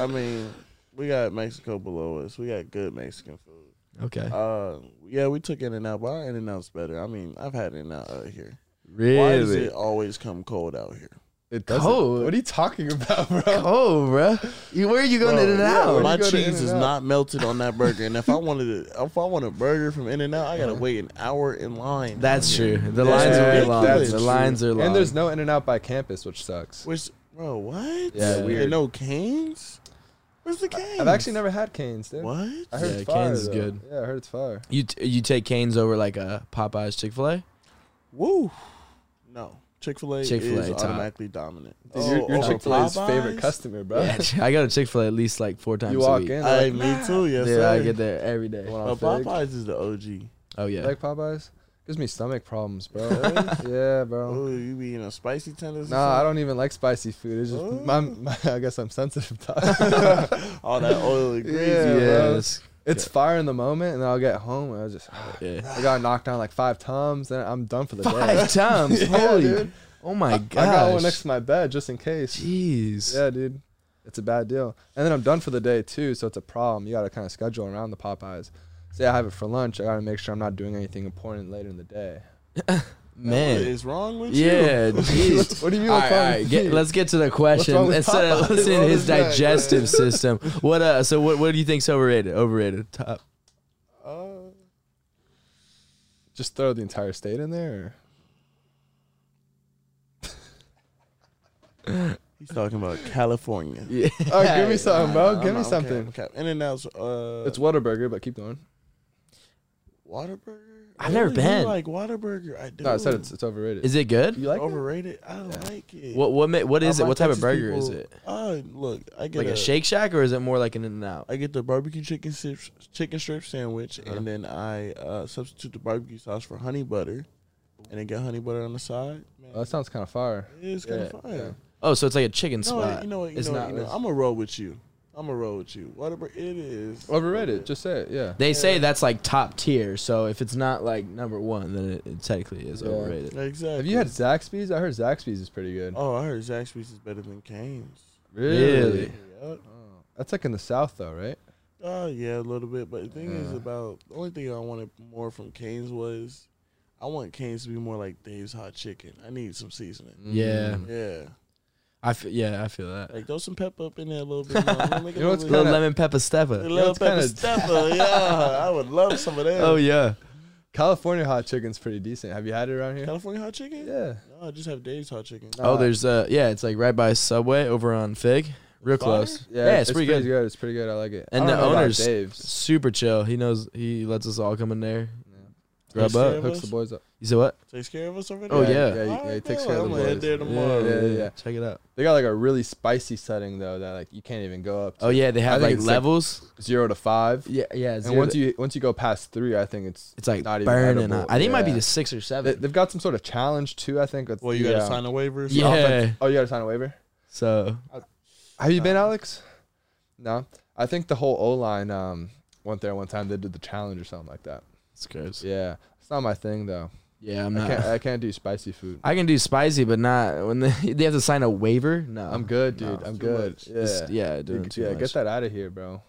Speaker 1: I mean, we got Mexico below us. We got good Mexican food.
Speaker 3: Okay.
Speaker 1: Uh, yeah, we took In and Out, but our In and Out's better. I mean, I've had In and Out out here.
Speaker 3: Really?
Speaker 1: Why does it always come cold out here?
Speaker 2: it doesn't-
Speaker 3: cold.
Speaker 2: What are you talking about, bro?
Speaker 3: Oh, bro. You, where are Oh, you going
Speaker 1: Bro,
Speaker 3: in and
Speaker 1: yeah,
Speaker 3: out?
Speaker 1: My
Speaker 2: you go to
Speaker 1: cheese is
Speaker 2: In-N-Out?
Speaker 1: not melted on that burger, and if I wanted to, if I want a burger from In and Out, I gotta
Speaker 3: Uh-huh.
Speaker 1: wait an hour in line.
Speaker 3: That's true. The
Speaker 1: That's
Speaker 3: lines are
Speaker 1: ridiculous.
Speaker 3: long.
Speaker 1: That's
Speaker 3: the
Speaker 1: true.
Speaker 3: lines are long.
Speaker 2: and there's no In and Out by campus, which sucks.
Speaker 1: which, bro, what?
Speaker 2: Yeah,
Speaker 1: we
Speaker 2: weird.
Speaker 1: no canes. Where's the canes?
Speaker 2: I've actually never had Canes, dude.
Speaker 1: What?
Speaker 2: I heard
Speaker 3: Yeah,
Speaker 2: it's fire,
Speaker 3: Cane's is
Speaker 2: though.
Speaker 3: good.
Speaker 2: Yeah, I heard it's fire.
Speaker 3: you t- you take canes over like a Popeyes Chick Fil A.
Speaker 1: Woo. No. Chick Fil A is
Speaker 3: Chick-fil-A top.
Speaker 1: automatically dominant.
Speaker 2: Dude, you're
Speaker 1: over
Speaker 2: Chick Fil A's
Speaker 1: Popeyes?
Speaker 2: favorite customer, bro.
Speaker 3: Oh, Yeah, I go to Chick Fil A at least like four times
Speaker 2: you
Speaker 3: a
Speaker 2: walk
Speaker 3: week.
Speaker 2: in, they're
Speaker 1: I
Speaker 2: like,
Speaker 1: me too. Yes,
Speaker 3: Dude,
Speaker 1: sir.
Speaker 3: I get there every day.
Speaker 2: "One
Speaker 1: But
Speaker 2: on fig."
Speaker 1: Popeyes is the OG.
Speaker 3: Oh yeah.
Speaker 2: You Like Popeyes? Gives me stomach problems, bro. yeah, bro.
Speaker 1: Oh, you be eating a spicy tenders?
Speaker 2: Nah, I don't even like spicy food. It's just my, my, I guess I'm sensitive to it.
Speaker 1: don't. All that oily greasy.
Speaker 2: Yeah,
Speaker 3: yeah.
Speaker 2: bro.
Speaker 3: that's-
Speaker 2: It's fire in the moment, and then I'll get home and I was just
Speaker 3: yeah.
Speaker 2: I got knocked down like five times, then I'm done for the day.
Speaker 3: Five times.
Speaker 2: Yeah,
Speaker 3: Holy.
Speaker 2: dude.
Speaker 3: Oh my
Speaker 2: I
Speaker 3: gosh.
Speaker 2: got one next to my bed just in case.
Speaker 3: Jeez.
Speaker 2: Yeah, dude. It's a bad deal. And then I'm done for the day too, so it's a problem. You gotta kinda schedule around the Popeyes. Say I have it for lunch, I gotta make sure I'm not doing anything important later in the day.
Speaker 1: What
Speaker 3: Man.
Speaker 1: is wrong with you?
Speaker 3: Yeah. Jeez.
Speaker 2: What do you mean
Speaker 3: All
Speaker 2: what's
Speaker 3: right,
Speaker 2: wrong
Speaker 3: all right.
Speaker 2: with
Speaker 3: Get,
Speaker 2: me?
Speaker 3: let's get to the question
Speaker 2: wrong with
Speaker 3: instead of
Speaker 2: Popeyes?
Speaker 3: listening to
Speaker 2: What
Speaker 3: his
Speaker 2: was that?
Speaker 3: digestive system. What uh? So what? What do you think's overrated? Overrated. Top.
Speaker 2: Just throw the entire state in there or?
Speaker 1: He's talking about California.
Speaker 3: Yeah.
Speaker 2: Oh, give me something, bro.
Speaker 1: I'm
Speaker 2: give
Speaker 1: not-
Speaker 2: me
Speaker 1: okay,
Speaker 2: something.
Speaker 1: Okay. In and out's uh,
Speaker 2: It's Whataburger, but keep going.
Speaker 1: Waterburger.
Speaker 3: I've never been.
Speaker 1: like Waterburger. I do.
Speaker 2: No, I said it's, it's overrated.
Speaker 3: Is it good?
Speaker 2: you like it?
Speaker 1: overrated. I don't like it.
Speaker 3: What what ma- what
Speaker 1: I
Speaker 3: is it?
Speaker 1: like
Speaker 3: What type of
Speaker 1: Texas
Speaker 3: burger is
Speaker 1: people-
Speaker 3: it?
Speaker 1: Uh, look, I get
Speaker 3: Like a Shake Shack or is it more like an In and Out?
Speaker 1: I get the barbecue chicken strips, chicken strip sandwich,
Speaker 3: Uh-huh.
Speaker 1: and then I uh, substitute the barbecue sauce for honey butter, and then get honey butter on the side. Man,
Speaker 3: Uh,
Speaker 2: Oh, that sounds kind of fire.
Speaker 1: it's kind
Speaker 2: yeah,
Speaker 1: of fire.
Speaker 3: Oh, so it's like a chicken
Speaker 1: No,
Speaker 3: spot.
Speaker 1: you know what? You
Speaker 3: it's
Speaker 1: know,
Speaker 3: not.
Speaker 1: what, you know, I'm a roll with you. I'm a roll with you. Whatever it is,
Speaker 2: Overrated. Just say it. Yeah.
Speaker 3: they say that's like top tier. So if it's not like number one, then it, it technically is
Speaker 2: Yeah.
Speaker 3: overrated.
Speaker 1: exactly.
Speaker 2: Have you had Zaxby's? I heard Zaxby's is pretty good.
Speaker 1: Oh, I heard Zaxby's is better than Cane's.
Speaker 3: Really?
Speaker 1: Yep.
Speaker 2: That's like in the South though, right?
Speaker 1: Uh, yeah, a little bit. But the thing is
Speaker 2: Mm.
Speaker 1: about the only thing I wanted more from Cane's was I want Cane's to be more like Dave's Hot Chicken. I need some seasoning.
Speaker 3: Mm. Yeah,
Speaker 2: Mm.
Speaker 1: Yeah,
Speaker 3: I feel. Yeah, I feel that.
Speaker 1: like throw some pepper up in there a little bit. More. Make it
Speaker 2: You know what's
Speaker 1: a little,
Speaker 3: Little
Speaker 2: kinda-
Speaker 3: lemon pepper
Speaker 1: a
Speaker 3: stepper.
Speaker 1: little
Speaker 2: what's
Speaker 1: pepper
Speaker 2: kinda-
Speaker 1: stepper. Yeah, I would love some of that.
Speaker 3: Oh yeah.
Speaker 2: California hot chicken's pretty decent. Have you had it around here?
Speaker 1: California Hot Chicken?
Speaker 2: Yeah.
Speaker 1: No, I just have Dave's Hot Chicken.
Speaker 3: uh, Oh, there's uh yeah, it's like right by Subway over on Fig,
Speaker 2: Real close. Yeah,
Speaker 3: Yeah,
Speaker 2: it's, pretty, good. It's pretty good. I like it. I
Speaker 3: And
Speaker 2: don't
Speaker 3: the
Speaker 2: know about
Speaker 3: owner's
Speaker 2: Dave's
Speaker 3: super chill. He knows he lets us all come in there.
Speaker 1: Takes
Speaker 3: Grub
Speaker 1: care
Speaker 3: up.
Speaker 1: of
Speaker 2: hooks
Speaker 1: us.
Speaker 2: the boys up.
Speaker 3: You said what?
Speaker 1: Takes care of us over there.
Speaker 3: Oh, yeah.
Speaker 2: yeah, yeah,
Speaker 1: All
Speaker 2: yeah, he
Speaker 1: right,
Speaker 2: takes
Speaker 1: cool.
Speaker 2: care of
Speaker 1: I'm
Speaker 2: the
Speaker 1: gonna head
Speaker 2: boys.
Speaker 1: there tomorrow.
Speaker 2: Yeah, yeah, yeah.
Speaker 3: Check it out.
Speaker 2: They got like a really spicy setting though that like you can't even go up. To
Speaker 3: Oh yeah, they
Speaker 2: I
Speaker 3: have
Speaker 2: think
Speaker 3: like
Speaker 2: it's, like,
Speaker 3: levels.
Speaker 2: Zero to five.
Speaker 3: Oh. yeah, yeah.
Speaker 2: And once you once you go past three, I think it's
Speaker 3: it's like
Speaker 2: not even
Speaker 3: burning.
Speaker 2: edible.
Speaker 3: Up. I think it might be
Speaker 2: Yeah.
Speaker 3: the six or
Speaker 2: They,
Speaker 3: seven.
Speaker 2: they've got some sort of challenge too. I think. It's,
Speaker 1: Well, you
Speaker 2: yeah.
Speaker 1: gotta sign a waiver. Or
Speaker 3: Yeah.
Speaker 1: something.
Speaker 2: Oh, you gotta sign a waiver.
Speaker 3: so
Speaker 2: Have you
Speaker 3: Um,
Speaker 2: been, Alex? No. I think the whole O line um went there one time. They did the challenge or something like that.
Speaker 3: it's gross.
Speaker 2: Yeah, it's not my thing though.
Speaker 3: Yeah, I'm
Speaker 2: I can't.
Speaker 3: not.
Speaker 2: I can't do spicy food.
Speaker 3: I can do spicy, but not when they, they have to sign a waiver. No,
Speaker 2: I'm good, dude. I'm
Speaker 1: too
Speaker 2: good.
Speaker 1: much.
Speaker 2: Yeah,
Speaker 3: Just- yeah, doing
Speaker 2: Dude,
Speaker 3: too
Speaker 2: yeah.
Speaker 3: much.
Speaker 2: Get that out of here, bro. I'm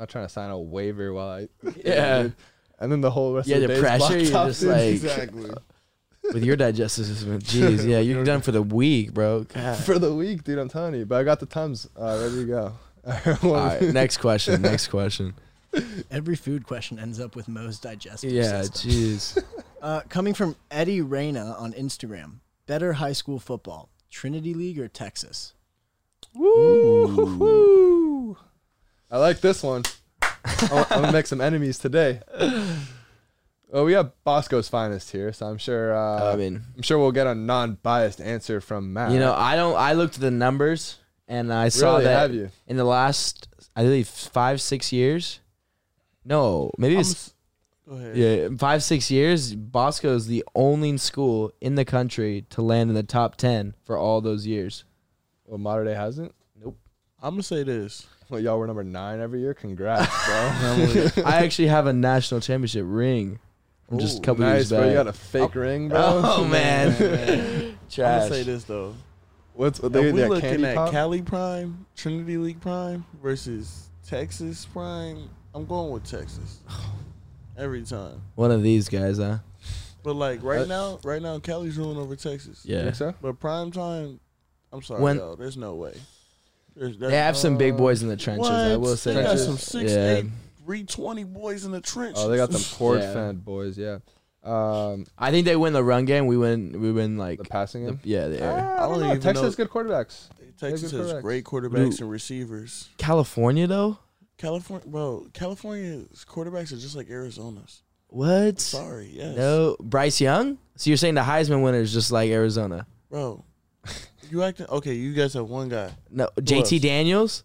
Speaker 2: not trying to sign a waiver while I.
Speaker 3: Yeah.
Speaker 2: dude. And then the whole rest
Speaker 3: Yeah,
Speaker 2: of the,
Speaker 3: the
Speaker 2: day is
Speaker 3: pressure,
Speaker 2: blocked
Speaker 3: you're
Speaker 2: off,
Speaker 3: just
Speaker 2: dude.
Speaker 3: like-
Speaker 1: exactly.
Speaker 3: with your digestive system. Jeez, yeah, you're done for the week, bro. God.
Speaker 2: for the week, dude. I'm telling you, but I got the tums uh, ready to go.
Speaker 3: All right, next question. Next question.
Speaker 8: Every food question ends up with Mo's digestive
Speaker 3: Yeah,
Speaker 8: system.
Speaker 3: jeez.
Speaker 8: Uh, coming from Eddie Reyna on Instagram. Better high school football, Trinity League or Texas?
Speaker 2: Woo! I like this one. I'm, I'm gonna make some enemies today. Well, we have Bosco's finest here, so I'm sure. Uh,
Speaker 3: I mean,
Speaker 2: I'm sure we'll get a non-biased answer from Matt.
Speaker 3: Oh, you know, I don't. I looked at the numbers and I saw
Speaker 2: Really,
Speaker 3: that
Speaker 2: have you?
Speaker 3: in the last, I believe, five six years. No, maybe
Speaker 1: I'm
Speaker 3: it's
Speaker 1: s- Go ahead.
Speaker 3: Yeah, in five six years, Bosco is the only school in the country to land in the top ten for all those years.
Speaker 2: well, modern day hasn't.
Speaker 1: I'm gonna say this.
Speaker 2: Well, y'all were number nine every year. Congrats, bro.
Speaker 3: I actually have a national championship ring from just a
Speaker 1: Ooh,
Speaker 3: couple
Speaker 2: nice,
Speaker 3: years
Speaker 2: bro. You
Speaker 3: back.
Speaker 2: got a fake ring, bro.
Speaker 3: oh man,
Speaker 1: I'm
Speaker 3: trash.
Speaker 1: gonna say this though.
Speaker 2: What's what they
Speaker 1: If we're
Speaker 2: that
Speaker 1: looking
Speaker 2: candy
Speaker 1: at
Speaker 2: pop?
Speaker 1: Cali Prime, Trinity League Prime versus Texas Prime, I'm going with Texas every time.
Speaker 3: One of these guys, huh?
Speaker 1: But like right
Speaker 2: Uh,
Speaker 1: now, right now Cali's ruling over Texas.
Speaker 2: You
Speaker 3: Yeah,
Speaker 2: think so?
Speaker 1: But prime time, I'm sorry,
Speaker 3: When-
Speaker 1: yo, there's no way. There's,
Speaker 3: they have some big boys in the trenches. I
Speaker 1: What?
Speaker 3: will say,
Speaker 1: They got
Speaker 3: that.
Speaker 1: some six,
Speaker 3: yeah.
Speaker 1: eight, 320 boys in the trench.
Speaker 2: Oh, they got them cord
Speaker 3: Yeah.
Speaker 2: fan boys. Yeah. Um,
Speaker 3: I think they win the run game. We win. We win like
Speaker 2: the passing
Speaker 3: the-
Speaker 2: game.
Speaker 3: yeah. The air.
Speaker 2: Ah, I
Speaker 1: don't
Speaker 2: don't know.
Speaker 1: even
Speaker 2: Texas
Speaker 1: know-
Speaker 2: has good quarterbacks.
Speaker 1: Texas
Speaker 2: They're good
Speaker 1: has
Speaker 2: quarterbacks.
Speaker 1: great quarterbacks and receivers.
Speaker 3: California though.
Speaker 1: California, bro, California's quarterbacks are just like Arizona's.
Speaker 3: What?
Speaker 1: Sorry, yes,
Speaker 3: No, Bryce Young. So you're saying the Heisman winner is just like Arizona?
Speaker 1: bro. You acting okay? You guys have one guy.
Speaker 3: No, JT
Speaker 1: else?
Speaker 3: Daniels.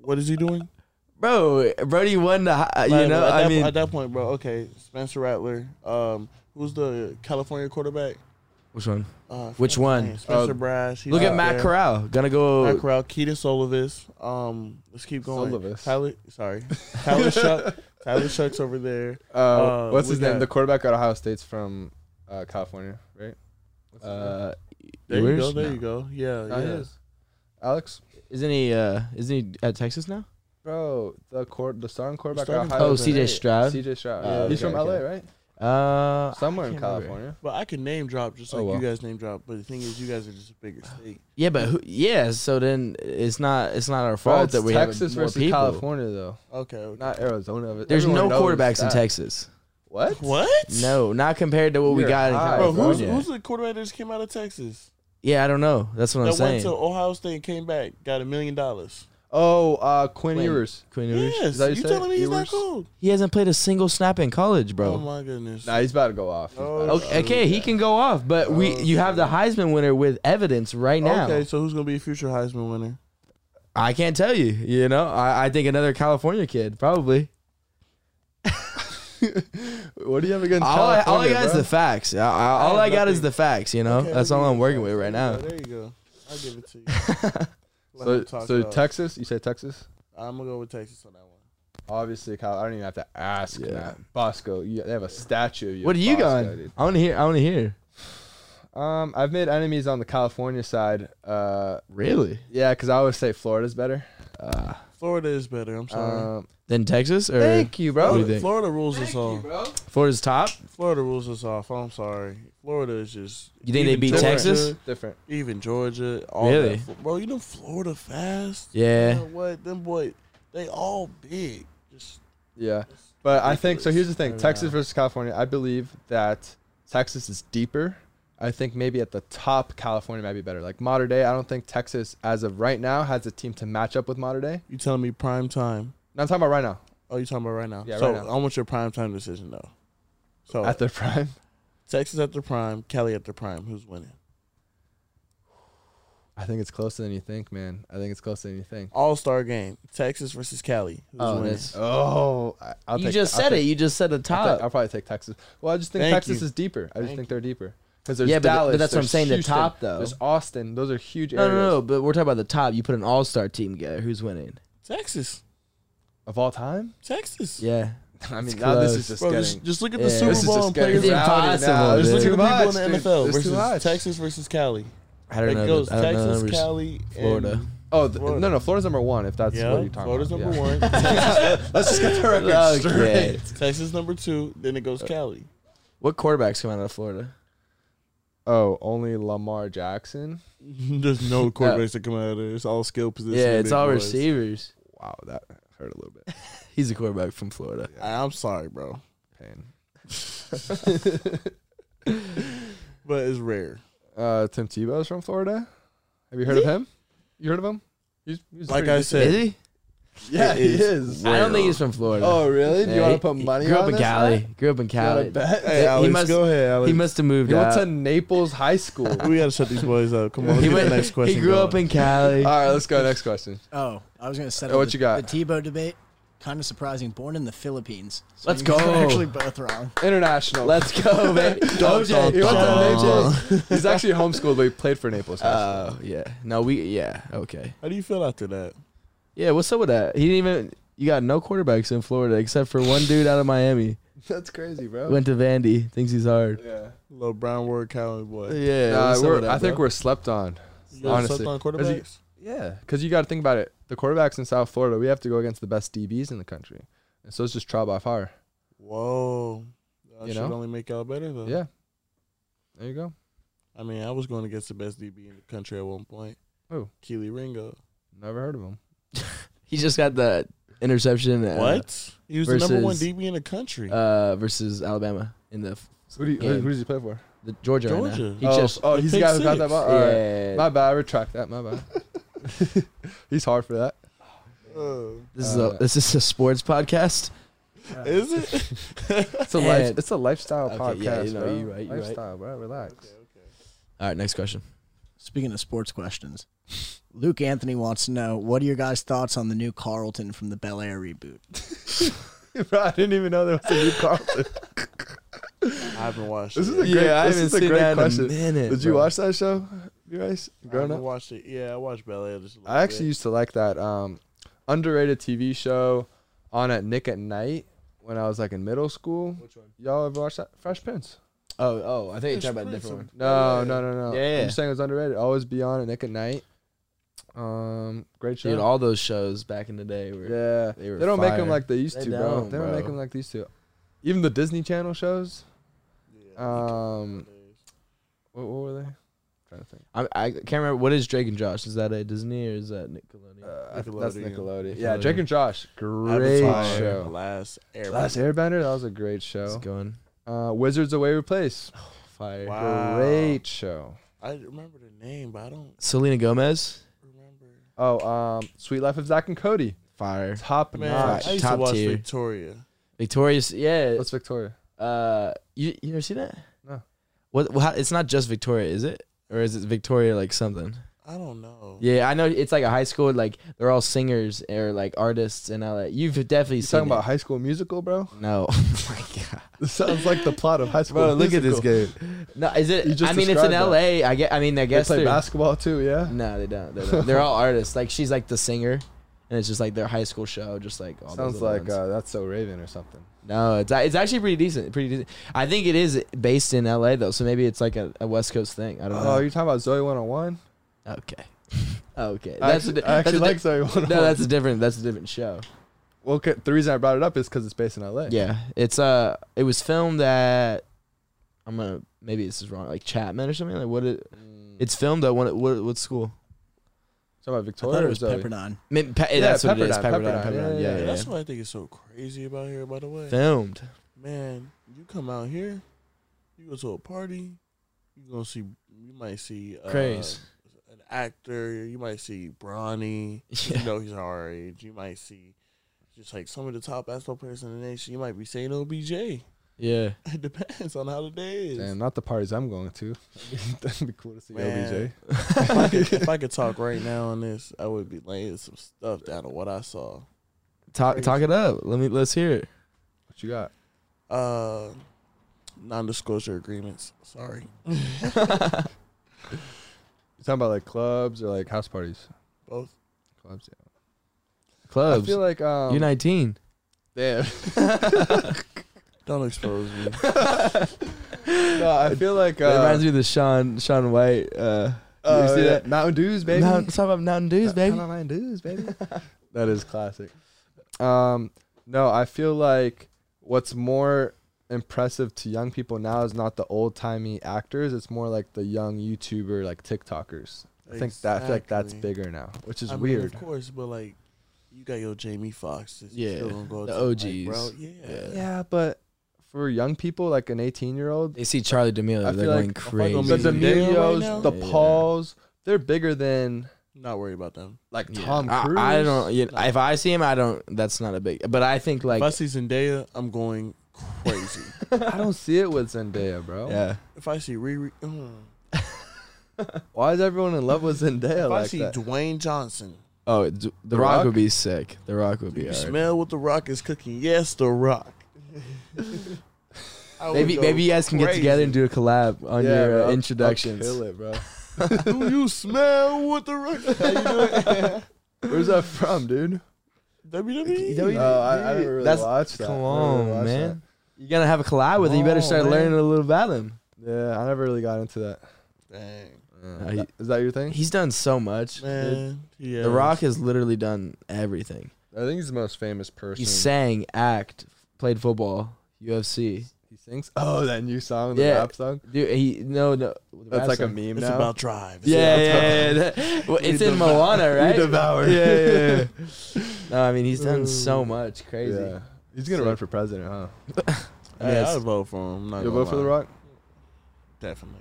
Speaker 1: What is he doing?
Speaker 3: bro. Brody won the. hi- Uh, You
Speaker 1: Like,
Speaker 3: know,
Speaker 1: at
Speaker 3: I
Speaker 1: that,
Speaker 3: mean,
Speaker 1: at that point, bro. Okay, Spencer Rattler. Um, who's the California quarterback?
Speaker 3: which one?
Speaker 1: Uh, I forgot
Speaker 3: Which
Speaker 1: his
Speaker 3: one?
Speaker 1: name. Spencer
Speaker 2: Uh,
Speaker 1: Brash. he's
Speaker 3: Look at
Speaker 1: out
Speaker 3: Matt
Speaker 1: there.
Speaker 3: Corral. Gonna go.
Speaker 1: Matt Corral, Keita Solovis. Um, let's keep going.
Speaker 2: Solovis.
Speaker 1: Tyler, sorry, Tyler Shuck. Tyler Shuck's over there.
Speaker 2: Uh,
Speaker 1: Uh,
Speaker 2: what's
Speaker 1: we
Speaker 2: his name?
Speaker 1: got-
Speaker 2: The quarterback at Ohio State's from uh, California, right? What's his name?
Speaker 3: Uh,
Speaker 1: There you
Speaker 3: Ewers?
Speaker 1: go. There
Speaker 3: No.
Speaker 1: you go.
Speaker 3: Oh,
Speaker 1: Yeah,
Speaker 2: Ah, he
Speaker 1: yeah.
Speaker 2: is. Alex,
Speaker 3: Isn't he? Uh, isn't he at Texas now?
Speaker 2: bro, the court, the starting quarterback.
Speaker 1: starting
Speaker 2: at
Speaker 3: Oh,
Speaker 2: Ohio
Speaker 1: quarterback.
Speaker 3: CJ
Speaker 2: State.
Speaker 3: Stroud.
Speaker 2: CJ Stroud.
Speaker 3: Oh,
Speaker 2: yeah. He's
Speaker 3: okay,
Speaker 2: from
Speaker 3: okay.
Speaker 2: LA, right?
Speaker 3: Uh,
Speaker 2: Somewhere in
Speaker 3: can't remember.
Speaker 2: California.
Speaker 1: But I can name drop just
Speaker 2: Oh,
Speaker 1: like
Speaker 2: well.
Speaker 1: you guys name drop. But the thing is, you guys are just a bigger state.
Speaker 3: yeah, but who, yeah. So then it's not it's not our
Speaker 2: Bro,
Speaker 3: fault
Speaker 2: it's
Speaker 3: that we
Speaker 2: Texas
Speaker 3: have more
Speaker 2: versus
Speaker 3: people.
Speaker 2: California though,
Speaker 1: Okay. okay.
Speaker 2: not Arizona. but
Speaker 3: There's
Speaker 2: everyone
Speaker 3: no
Speaker 2: knows
Speaker 3: quarterbacks in
Speaker 2: that.
Speaker 3: Texas.
Speaker 2: What?
Speaker 1: What?
Speaker 3: No, not compared to what we
Speaker 2: You're
Speaker 3: got in
Speaker 2: high,
Speaker 1: Bro,
Speaker 3: California.
Speaker 1: who's, who's the quarterback that just came out of Texas?
Speaker 3: yeah, I don't know. That's what I'm
Speaker 1: that went
Speaker 3: saying.
Speaker 1: to Ohio State and came back, got a million dollars.
Speaker 2: Oh, uh, Quinn
Speaker 3: Quinn.
Speaker 2: Ewers.
Speaker 3: Quinn Ewers.
Speaker 1: Yes,
Speaker 2: that how you
Speaker 1: you
Speaker 2: say it?
Speaker 1: telling me he's
Speaker 2: Ewers?
Speaker 1: not cold?
Speaker 3: He hasn't played a single snap in college, bro.
Speaker 1: Oh my goodness.
Speaker 2: Nah, he's about to go off. He's
Speaker 1: Oh,
Speaker 2: about to go
Speaker 3: Okay, okay, he can go off, but we you have the Heisman winner with evidence right now.
Speaker 1: Okay, so who's gonna be a future Heisman winner?
Speaker 3: I can't tell you. You know, I, I think another California kid probably.
Speaker 2: off. What do you have against
Speaker 3: All I,
Speaker 2: California?
Speaker 3: all I got is
Speaker 2: bro?
Speaker 3: the facts. I, I, all
Speaker 1: I
Speaker 3: I
Speaker 1: have
Speaker 3: got is
Speaker 1: nothing.
Speaker 3: the facts. You know,
Speaker 1: Okay,
Speaker 3: that's
Speaker 1: look
Speaker 3: all
Speaker 1: at
Speaker 3: I'm
Speaker 1: you.
Speaker 3: working with right
Speaker 1: Yeah,
Speaker 3: now.
Speaker 1: there you go. I'll give it to you. Let him
Speaker 2: so,
Speaker 1: talk
Speaker 2: so
Speaker 1: about it.
Speaker 2: Texas. You say Texas?
Speaker 1: I'm gonna go with Texas on that one.
Speaker 2: Obviously, Kyle. I don't even have to ask.
Speaker 3: Yeah.
Speaker 2: Matt. Bosco. You, they have a statue of you.
Speaker 3: What are
Speaker 2: at
Speaker 3: you
Speaker 2: Bosco,
Speaker 3: going?
Speaker 2: dude.
Speaker 3: I want to hear. I want to hear.
Speaker 2: Um, I've made enemies on the California side. Uh,
Speaker 3: Really? Uh,
Speaker 2: yeah, because I always say Florida's better.
Speaker 1: Florida is better. I'm sorry.
Speaker 2: Um,
Speaker 3: Then Texas or
Speaker 2: thank you,
Speaker 3: Uh, what do
Speaker 2: bro.
Speaker 3: you think?
Speaker 1: Florida rules us off.
Speaker 3: Florida's top.
Speaker 1: Florida rules us off. I'm sorry. Florida is just.
Speaker 3: You think they
Speaker 1: even
Speaker 3: beat
Speaker 1: Georgia-
Speaker 3: Texas?
Speaker 2: Different.
Speaker 1: Even Georgia. All
Speaker 3: Really?
Speaker 1: that. Bro, you know Florida fast? You
Speaker 3: Yeah.
Speaker 1: know what? Them boy, they all big. Just
Speaker 2: Yeah, but I think so. Here's the
Speaker 1: I
Speaker 2: thing:
Speaker 1: don't
Speaker 2: Texas
Speaker 1: know.
Speaker 2: versus California. I believe that Texas is deeper I think maybe at the top, California might be better. Like modern day, I don't think Texas, as of right now, has a team to match up with modern day.
Speaker 1: You telling me prime time?
Speaker 2: No, I'm talking about right now
Speaker 1: Oh, you talking about right now?
Speaker 2: Yeah,
Speaker 1: so
Speaker 2: right now.
Speaker 1: I want your prime time decision though.
Speaker 3: Oh.
Speaker 1: So
Speaker 2: at their prime.
Speaker 1: Texas at the prime, Cali at the prime. Who's winning?
Speaker 2: I think it's closer than you think, man. I think it's closer than you think.
Speaker 1: All star game, Texas versus Cali. Who's
Speaker 3: Oh,
Speaker 1: winning?
Speaker 3: that's-
Speaker 2: Oh, I, I'll
Speaker 3: you
Speaker 2: take-
Speaker 3: just
Speaker 2: I'll
Speaker 3: said it.
Speaker 2: take-
Speaker 3: You just said the
Speaker 2: I'll,
Speaker 3: top.
Speaker 2: take- I'll probably take Texas. Well, I just think
Speaker 1: Thank
Speaker 2: Texas
Speaker 1: you.
Speaker 2: is deeper. I just think they're deeper because there's
Speaker 3: Yeah, but th- but
Speaker 2: Dallas.
Speaker 3: that's what I'm
Speaker 2: there's
Speaker 3: saying, the
Speaker 2: Houston,
Speaker 3: top, though.
Speaker 2: There's Austin. Those are huge
Speaker 3: no,
Speaker 2: areas
Speaker 3: no, no. But we're talking about the top. You put an all star team together. Who's winning?
Speaker 1: Texas,
Speaker 2: of all time.
Speaker 1: Texas.
Speaker 3: Yeah.
Speaker 2: I mean,
Speaker 3: It's
Speaker 2: now this
Speaker 3: close.
Speaker 2: is just
Speaker 1: Bro,
Speaker 2: getting.
Speaker 1: just, just look at
Speaker 3: Yeah.
Speaker 1: the Super
Speaker 3: This is
Speaker 1: Bowl
Speaker 2: just
Speaker 1: and
Speaker 2: getting
Speaker 1: players.
Speaker 3: It's
Speaker 1: in-
Speaker 2: rowdy now.
Speaker 3: impossible,
Speaker 2: There's
Speaker 3: dude.
Speaker 1: Just
Speaker 2: too
Speaker 1: look at the
Speaker 2: much,
Speaker 1: people in the
Speaker 2: dude.
Speaker 1: NFL
Speaker 2: There's too
Speaker 1: versus
Speaker 2: much.
Speaker 1: Texas versus Cali.
Speaker 3: I don't
Speaker 1: It
Speaker 3: know.
Speaker 1: goes
Speaker 3: the- I don't know the
Speaker 1: Texas,
Speaker 3: numbers.
Speaker 1: Cali,
Speaker 3: Florida.
Speaker 1: And,
Speaker 2: Oh th-
Speaker 1: Florida.
Speaker 2: no, no, Florida's number one. If that's what
Speaker 1: yeah,
Speaker 2: you're talking
Speaker 1: Florida's
Speaker 2: about.
Speaker 1: number
Speaker 2: yeah.
Speaker 1: one.
Speaker 2: Let's just get the record
Speaker 3: Okay.
Speaker 1: Texas number two. Then it goes
Speaker 2: Uh,
Speaker 1: Cali.
Speaker 3: What quarterbacks come out of Florida?
Speaker 2: Oh, only Lamar Jackson.
Speaker 1: There's no quarterbacks that come out of there. It's all skill position.
Speaker 3: yeah,
Speaker 1: and
Speaker 3: it's
Speaker 1: big
Speaker 3: all
Speaker 1: boys.
Speaker 3: receivers.
Speaker 2: Wow, that hurt a little bit.
Speaker 3: He's a quarterback from Florida.
Speaker 1: I- I'm sorry, bro,
Speaker 2: Pain.
Speaker 1: but it's rare.
Speaker 2: Uh, Tim Tebow's from Florida. Have you heard of him? You heard of him? He's, he's
Speaker 1: Like
Speaker 2: pretty
Speaker 1: I
Speaker 2: decent.
Speaker 1: said,
Speaker 3: Is he?
Speaker 2: yeah,
Speaker 1: it
Speaker 2: he
Speaker 1: is
Speaker 2: is.
Speaker 3: I don't think he's from Florida.
Speaker 2: Oh, really? Do you want
Speaker 3: he-
Speaker 2: to put money
Speaker 3: Grew
Speaker 2: on
Speaker 3: up in
Speaker 2: this
Speaker 3: Cali.
Speaker 2: guy?
Speaker 3: Grew up in
Speaker 2: You wanna
Speaker 3: Cali.
Speaker 2: bet?
Speaker 1: Hey,
Speaker 3: He
Speaker 1: Alex,
Speaker 3: must-
Speaker 1: go ahead. Alex.
Speaker 3: He must have moved
Speaker 2: He went
Speaker 3: out.
Speaker 2: to Naples High School. All
Speaker 1: we gotta shut these boys up. Come on,
Speaker 3: he,
Speaker 1: let's get
Speaker 3: went-
Speaker 1: the next question.
Speaker 3: he grew
Speaker 1: going.
Speaker 3: up in Cali.
Speaker 2: right, let's go. Next question.
Speaker 8: Oh, I was gonna settle
Speaker 2: what
Speaker 8: the,
Speaker 2: you got?
Speaker 8: the Tebow debate. Kind of surprising. Born in the Philippines. So
Speaker 3: Let's
Speaker 8: you guys
Speaker 3: go.
Speaker 8: are Actually, both wrong.
Speaker 2: International.
Speaker 3: Let's go, man.
Speaker 2: OJ. He went to
Speaker 3: Dun,
Speaker 2: Naples. He's actually homeschooled, but he played for Naples High School.
Speaker 3: Oh yeah. No, we yeah okay.
Speaker 1: How do you feel after that?
Speaker 3: Yeah, what's up with that? He didn't even. You got no quarterbacks in Florida except for one dude out of Miami.
Speaker 2: That's crazy, bro.
Speaker 3: Went to Vandy. Thinks he's hard.
Speaker 2: yeah.
Speaker 1: Little brown word cowboy boy.
Speaker 3: Yeah.
Speaker 2: Nah,
Speaker 3: what's up
Speaker 2: we're-
Speaker 3: with that,
Speaker 2: I think
Speaker 3: bro?
Speaker 2: we're slept on.
Speaker 1: You guys
Speaker 2: honestly.
Speaker 1: slept on
Speaker 2: Is he-
Speaker 1: quarterbacks.
Speaker 2: Yeah, because you got to think about it. The quarterbacks in South Florida, we have to go against the best DBs in the country, and so it's just trial by fire.
Speaker 1: Whoa. That
Speaker 2: You
Speaker 1: should
Speaker 2: know?
Speaker 1: only make y'all better though.
Speaker 2: Yeah. There you go.
Speaker 1: I mean, I was going against the best DB in the country at one point.
Speaker 2: Who?
Speaker 1: Keely Ringo.
Speaker 2: Never heard of him.
Speaker 3: He just got the interception. uh,
Speaker 1: What? He was the number one
Speaker 3: versus-
Speaker 1: DB in the country.
Speaker 3: Uh, versus Alabama in the
Speaker 2: Who, do you,
Speaker 3: Yeah.
Speaker 2: who, who does he play for?
Speaker 3: the Georgia. right now.
Speaker 1: Georgia.
Speaker 3: He
Speaker 2: oh,
Speaker 3: just.
Speaker 2: oh, he's the
Speaker 1: pick
Speaker 2: guy who got
Speaker 1: six.
Speaker 2: that ball. All right.
Speaker 3: yeah.
Speaker 2: My bad. I retract that. My bad. he's hard for that.
Speaker 1: Oh.
Speaker 3: This is a
Speaker 2: Uh,
Speaker 3: this is a sports podcast.
Speaker 1: Is it?
Speaker 2: It's a
Speaker 3: life-
Speaker 2: life, It's a lifestyle
Speaker 3: Okay,
Speaker 2: podcast.
Speaker 3: yeah, you know,
Speaker 2: bro.
Speaker 3: you're right, you're right.
Speaker 2: lifestyle, bro. Relax.
Speaker 3: All right, next question.
Speaker 8: Speaking of sports questions, Luke Anthony wants to know what are your guys' thoughts on the new Carlton from the Bel Air reboot?
Speaker 2: bro, I didn't even know there was a new Carlton.
Speaker 1: I haven't watched
Speaker 2: This
Speaker 1: it.
Speaker 2: is a
Speaker 1: yet.
Speaker 2: great. this is a great question.
Speaker 3: minute.
Speaker 2: Did you
Speaker 3: bro.
Speaker 2: watch that show, you guys?
Speaker 1: I
Speaker 2: Growing
Speaker 1: haven't
Speaker 2: up.
Speaker 1: watched it. Yeah, I watched Bel Air. just a little
Speaker 2: I actually
Speaker 1: bit.
Speaker 2: used to like that um, underrated TV show on at Nick at Night when I was like in middle school. Which one? Y'all ever watched that? Fresh Prince.
Speaker 3: Oh, oh, I
Speaker 1: Fresh
Speaker 3: think you're talking about a
Speaker 1: Prince
Speaker 3: different one.
Speaker 1: of
Speaker 2: No,
Speaker 1: Bel-Air.
Speaker 2: no, no, no.
Speaker 3: Yeah, yeah.
Speaker 2: I'm just saying it was underrated. Always be on at Nick at Night. Um, great show.
Speaker 3: Dude, all those shows back in the day were.
Speaker 2: yeah,
Speaker 3: they
Speaker 2: they,
Speaker 3: were
Speaker 2: don't 'em make
Speaker 3: fire.
Speaker 2: them like they used
Speaker 3: They
Speaker 2: to, bro.
Speaker 3: don't,
Speaker 2: They don't make 'em make
Speaker 3: bro.
Speaker 2: them like these two. Even the Disney Channel shows. Um, what, what were they? trying to think.
Speaker 3: I, I can't remember what is Drake and Josh. Is that a Disney or is that Nickelodeon?
Speaker 2: Uh, I think that's
Speaker 1: Nickelodeon.
Speaker 2: Nickelodeon. Yeah,
Speaker 3: Nickelodeon.
Speaker 2: Drake and Josh. Great
Speaker 1: Avatar,
Speaker 2: show.
Speaker 1: Last Airbender.
Speaker 2: Last Airbender. That was a great show.
Speaker 3: it's going
Speaker 2: Uh, Wizards Away Replace.
Speaker 3: fire.
Speaker 1: Wow.
Speaker 2: Great show.
Speaker 1: I remember the name, but I don't
Speaker 3: Selena Gomez,
Speaker 1: remember.
Speaker 2: Oh, um, Sweet Life of Zach and Cody.
Speaker 3: fire.
Speaker 2: Top
Speaker 1: Man,
Speaker 2: notch.
Speaker 1: I used
Speaker 3: top
Speaker 1: to watch
Speaker 3: tier.
Speaker 1: Victoria.
Speaker 3: Victorious, yeah.
Speaker 2: What's Victoria?
Speaker 3: Uh, you you ever seen that?
Speaker 2: No.
Speaker 3: What? well, how, it's not just Victoria, is it? Or is it Victoria like something?
Speaker 1: I don't know.
Speaker 3: Yeah, I know it's like a high school. Like they're all singers or like artists and all that. You've definitely
Speaker 2: You
Speaker 3: seen
Speaker 2: talking about High School Musical, bro?
Speaker 3: it. No, oh my god.
Speaker 2: This sounds like the plot of High School
Speaker 3: Bro, look at
Speaker 2: Musical.
Speaker 3: this dude. No, is it?
Speaker 2: You just
Speaker 3: I mean, it's in
Speaker 2: described that.
Speaker 3: L.A. I get. I mean, I
Speaker 2: They
Speaker 3: guess
Speaker 2: play
Speaker 3: they're-
Speaker 2: basketball too, yeah.
Speaker 3: No, they don't. They don't. They're all artists. Like she's like the singer, and it's just like their high school show. Just like all those
Speaker 2: Sounds
Speaker 3: little
Speaker 2: like
Speaker 3: ones.
Speaker 2: uh, that's so Raven or something.
Speaker 3: no, it's it's actually pretty decent. Pretty decent. I think it is based in L.A. though, so maybe it's like a, a West Coast thing. I don't
Speaker 2: Oh,
Speaker 3: know.
Speaker 2: you're talking about Zoe 101?
Speaker 3: Okay, okay.
Speaker 2: I
Speaker 3: That's a
Speaker 2: actually,
Speaker 3: di-
Speaker 2: I actually
Speaker 3: that's a
Speaker 2: like
Speaker 3: di-
Speaker 2: Zoe 101.
Speaker 3: no, that's a different. That's a different show.
Speaker 2: well, 'kay, the reason I brought it up is because it's based in LA.
Speaker 3: Yeah, it's uh, it was filmed at. I'm gonna maybe this is wrong. Like Chapman or something. Like what? It, it's filmed at what? What? What school?
Speaker 2: Mm. Talking about
Speaker 8: I thought
Speaker 2: Victoria
Speaker 8: it
Speaker 2: or
Speaker 8: was
Speaker 2: Zoe?
Speaker 8: Pepperdine.
Speaker 3: Ma- Pe- that's what it is.
Speaker 2: Pepperdine,
Speaker 3: Pepperdine.
Speaker 2: Pepperdine, yeah,
Speaker 3: Pepperdine. Yeah, yeah.
Speaker 1: That's what I think is so crazy about here. By the way,
Speaker 3: Filmed.
Speaker 1: man, you come out here, you go to a party, You're gonna see. You might see uh,
Speaker 3: Craze.
Speaker 1: an actor. You might see Bronny. 'cause
Speaker 3: Yeah.
Speaker 1: You know he's our age. You might see just like some of the top basketball players in the nation. You might be saying OBJ.
Speaker 3: Yeah.
Speaker 1: It depends on how the day is.
Speaker 2: Damn, not the parties I'm going to. That'd be cool to see
Speaker 1: Man.
Speaker 2: OBJ.
Speaker 1: if, I could, if I could talk right now on this, I would be laying some stuff down on what I saw.
Speaker 3: Talk talk it up. Let me let's hear it.
Speaker 2: What you got?
Speaker 1: Uh, non-disclosure agreements. Sorry,
Speaker 2: You talking about like clubs or like house parties?
Speaker 1: both.
Speaker 2: Clubs, yeah. I
Speaker 3: Clubs.
Speaker 2: feel like um,
Speaker 3: You're 19.
Speaker 2: damn.
Speaker 1: Don't expose me.
Speaker 2: no, I feel like
Speaker 3: it
Speaker 2: uh,
Speaker 3: reminds me of the Sean Sean White. Uh,
Speaker 2: uh,
Speaker 3: you see that?
Speaker 2: Mountain Dews, baby.
Speaker 3: Mountain, let's talk about Mountain Dews, baby.
Speaker 2: Mountain Dews, baby. that is classic. Um, no, I feel like what's more impressive to young people now is not the old timey actors. It's more like the young YouTuber, like TikTokers. I think that I feel like that's
Speaker 1: Exactly.
Speaker 2: bigger now, which is
Speaker 1: I mean,
Speaker 2: weird.
Speaker 1: of course, but like you got your Jamie Foxx.
Speaker 3: Yeah, the OGs.
Speaker 1: bro, yeah.
Speaker 3: Yeah.
Speaker 2: yeah, but for young people, like an 18 year old,
Speaker 3: They see Charlie D'Amelio.
Speaker 2: I
Speaker 3: They're
Speaker 2: feel
Speaker 3: going
Speaker 2: like-
Speaker 1: I
Speaker 3: crazy.
Speaker 1: mean,
Speaker 2: the
Speaker 1: D'Amelio right
Speaker 2: D'Amelios,
Speaker 1: now?
Speaker 2: the
Speaker 3: Yeah.
Speaker 2: Pauls, they're bigger than
Speaker 1: Not worry about them.
Speaker 2: like
Speaker 3: Yeah.
Speaker 2: Tom
Speaker 3: I-
Speaker 2: Cruise.
Speaker 3: I, don't. You know, if I see him, I don't. That's not a big. But I think like
Speaker 1: if I see Zendaya, I'm going crazy.
Speaker 2: I don't see it with Zendaya, bro.
Speaker 3: yeah.
Speaker 1: if I see Riri, mm.
Speaker 2: Why is everyone in love with Zendaya
Speaker 1: if
Speaker 2: like
Speaker 1: I see
Speaker 2: that?
Speaker 1: Dwayne Johnson,
Speaker 3: Oh, D- the
Speaker 2: The
Speaker 3: Rock?
Speaker 2: Rock?
Speaker 3: would be sick. The Rock would be.
Speaker 1: you
Speaker 3: all right.
Speaker 1: smell what the Rock is cooking. Yes, the Rock. I would
Speaker 3: Maybe
Speaker 1: go
Speaker 3: maybe you guys can get together and
Speaker 1: crazy.
Speaker 3: do a collab on
Speaker 2: Yeah,
Speaker 3: your
Speaker 2: bro,
Speaker 3: uh,
Speaker 2: I'll-
Speaker 3: introductions.
Speaker 2: I'll kill it, bro.
Speaker 1: do you smell what the Rock?
Speaker 2: Where's that from, dude?
Speaker 3: E?
Speaker 1: WWE.
Speaker 2: Oh, I, I never really
Speaker 3: That's-
Speaker 2: watched that.
Speaker 3: Come
Speaker 2: Never
Speaker 3: on,
Speaker 2: really watched
Speaker 3: man. You're gonna have a collab with it. You better
Speaker 2: No,
Speaker 3: start
Speaker 2: man.
Speaker 3: learning a little about him.
Speaker 2: that. Yeah, I never really got into that.
Speaker 1: Dang,
Speaker 3: Uh, he-
Speaker 2: That- Is that your thing?
Speaker 3: he's done so much.
Speaker 1: man. Yeah.
Speaker 3: The Rock has literally done everything.
Speaker 2: I think he's the most famous person.
Speaker 3: He sang, act, played football, UFC.
Speaker 2: He sings. Oh, that new song, the
Speaker 3: Yeah.
Speaker 2: rap song.
Speaker 3: Dude, he no no. the
Speaker 2: That's
Speaker 3: rap
Speaker 2: like a
Speaker 3: song.
Speaker 2: meme
Speaker 1: It's
Speaker 2: now.
Speaker 1: about drive. It's
Speaker 3: Yeah,
Speaker 1: about
Speaker 3: yeah, yeah, yeah. Well, it's in Moana, right?
Speaker 2: devoured.
Speaker 3: Yeah, yeah, yeah. no, I mean he's done so much crazy.
Speaker 2: Yeah. He's gonna run for president, huh?
Speaker 1: Hey,
Speaker 3: Yes.
Speaker 1: I'd vote for him. I'm not
Speaker 2: You'll
Speaker 1: gonna
Speaker 2: vote for
Speaker 1: lie.
Speaker 2: the Rock.
Speaker 1: Definitely.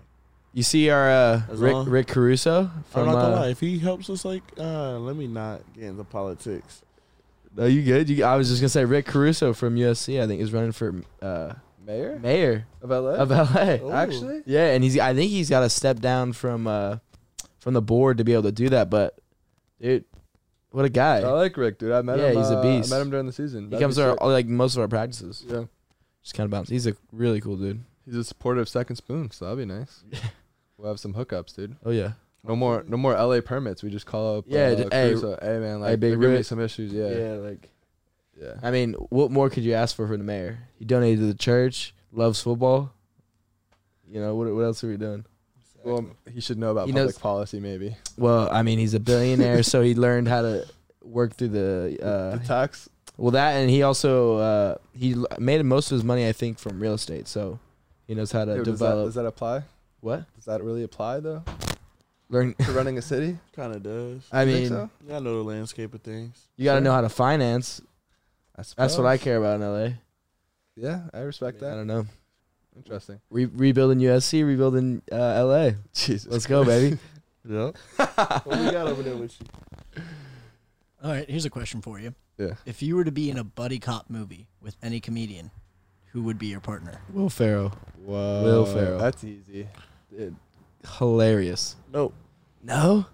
Speaker 3: You see our uh,
Speaker 1: As
Speaker 3: Rick
Speaker 1: long-
Speaker 3: Rick Caruso
Speaker 1: I'm
Speaker 3: from.
Speaker 1: not gonna
Speaker 3: uh,
Speaker 1: lie. If he helps us, like, uh, let me not get into politics.
Speaker 3: Are you good? You, I was just gonna say Rick Caruso from USC. I think is running for uh,
Speaker 2: Mayor
Speaker 3: mayor
Speaker 2: of LA.
Speaker 3: of LA.
Speaker 1: Oh.
Speaker 2: Actually,
Speaker 3: Yeah, and he's. I think he's got to step down from uh, from the board to be able to do that. But, dude, what a guy!
Speaker 2: I like Rick, dude. I met
Speaker 3: Yeah,
Speaker 2: him.
Speaker 3: he's a
Speaker 2: uh,
Speaker 3: beast.
Speaker 2: I met him during the season.
Speaker 3: he
Speaker 2: Oh, That'd
Speaker 3: comes
Speaker 2: be
Speaker 3: to our,
Speaker 2: sick.
Speaker 3: like most of our practices.
Speaker 2: Yeah.
Speaker 3: Just kind of bounce. He's a really cool dude.
Speaker 2: He's a supporter of Second Spoon, so that'd be nice. we'll have some hookups, dude.
Speaker 3: Oh yeah.
Speaker 2: No more, no more LA permits. We just call up.
Speaker 3: Yeah,
Speaker 2: uh,
Speaker 3: j- hey,
Speaker 2: Caruso. hey, man, like
Speaker 3: hey, Big
Speaker 2: there could be
Speaker 3: Rick.
Speaker 2: some issues. Yeah, yeah.
Speaker 3: like. I mean, what more could you ask for from the mayor? He donated to the church. Loves football. You know what? What else are we doing?
Speaker 2: Well, um, he should know about
Speaker 3: He
Speaker 2: public
Speaker 3: knows-
Speaker 2: policy, maybe.
Speaker 3: Well, I mean, he's a billionaire, so he learned how to work through the uh,
Speaker 2: the tax.
Speaker 3: Well, that and he also uh, he l- made most of his money, I think, from real estate. So he knows how to
Speaker 2: Dude, does, that,
Speaker 3: develop.
Speaker 2: does that apply?
Speaker 3: what
Speaker 2: Does that really apply though
Speaker 3: learn?
Speaker 2: to running a city?
Speaker 1: Kind of does.
Speaker 3: I
Speaker 2: You think
Speaker 3: mean,
Speaker 2: so?
Speaker 1: Yeah, I know the landscape of things.
Speaker 3: you got to
Speaker 2: Sure.
Speaker 3: know how to finance. That's what I care about in LA.
Speaker 2: Yeah, I respect
Speaker 3: I
Speaker 2: Oh. that.
Speaker 3: don't know.
Speaker 2: Interesting.
Speaker 3: Re- rebuilding USC, rebuilding uh, LA.
Speaker 2: Jesus,
Speaker 3: Let's go, baby.
Speaker 1: Yep. what we got over there with you?
Speaker 8: All right, here's a question for you.
Speaker 2: Yeah.
Speaker 8: If you were to be in a buddy cop movie with any comedian, who would be your partner?
Speaker 3: Will Ferrell,
Speaker 2: Whoa,
Speaker 3: Will Ferrell.
Speaker 2: That's easy. Dude,
Speaker 3: hilarious.
Speaker 1: Nope.
Speaker 3: No.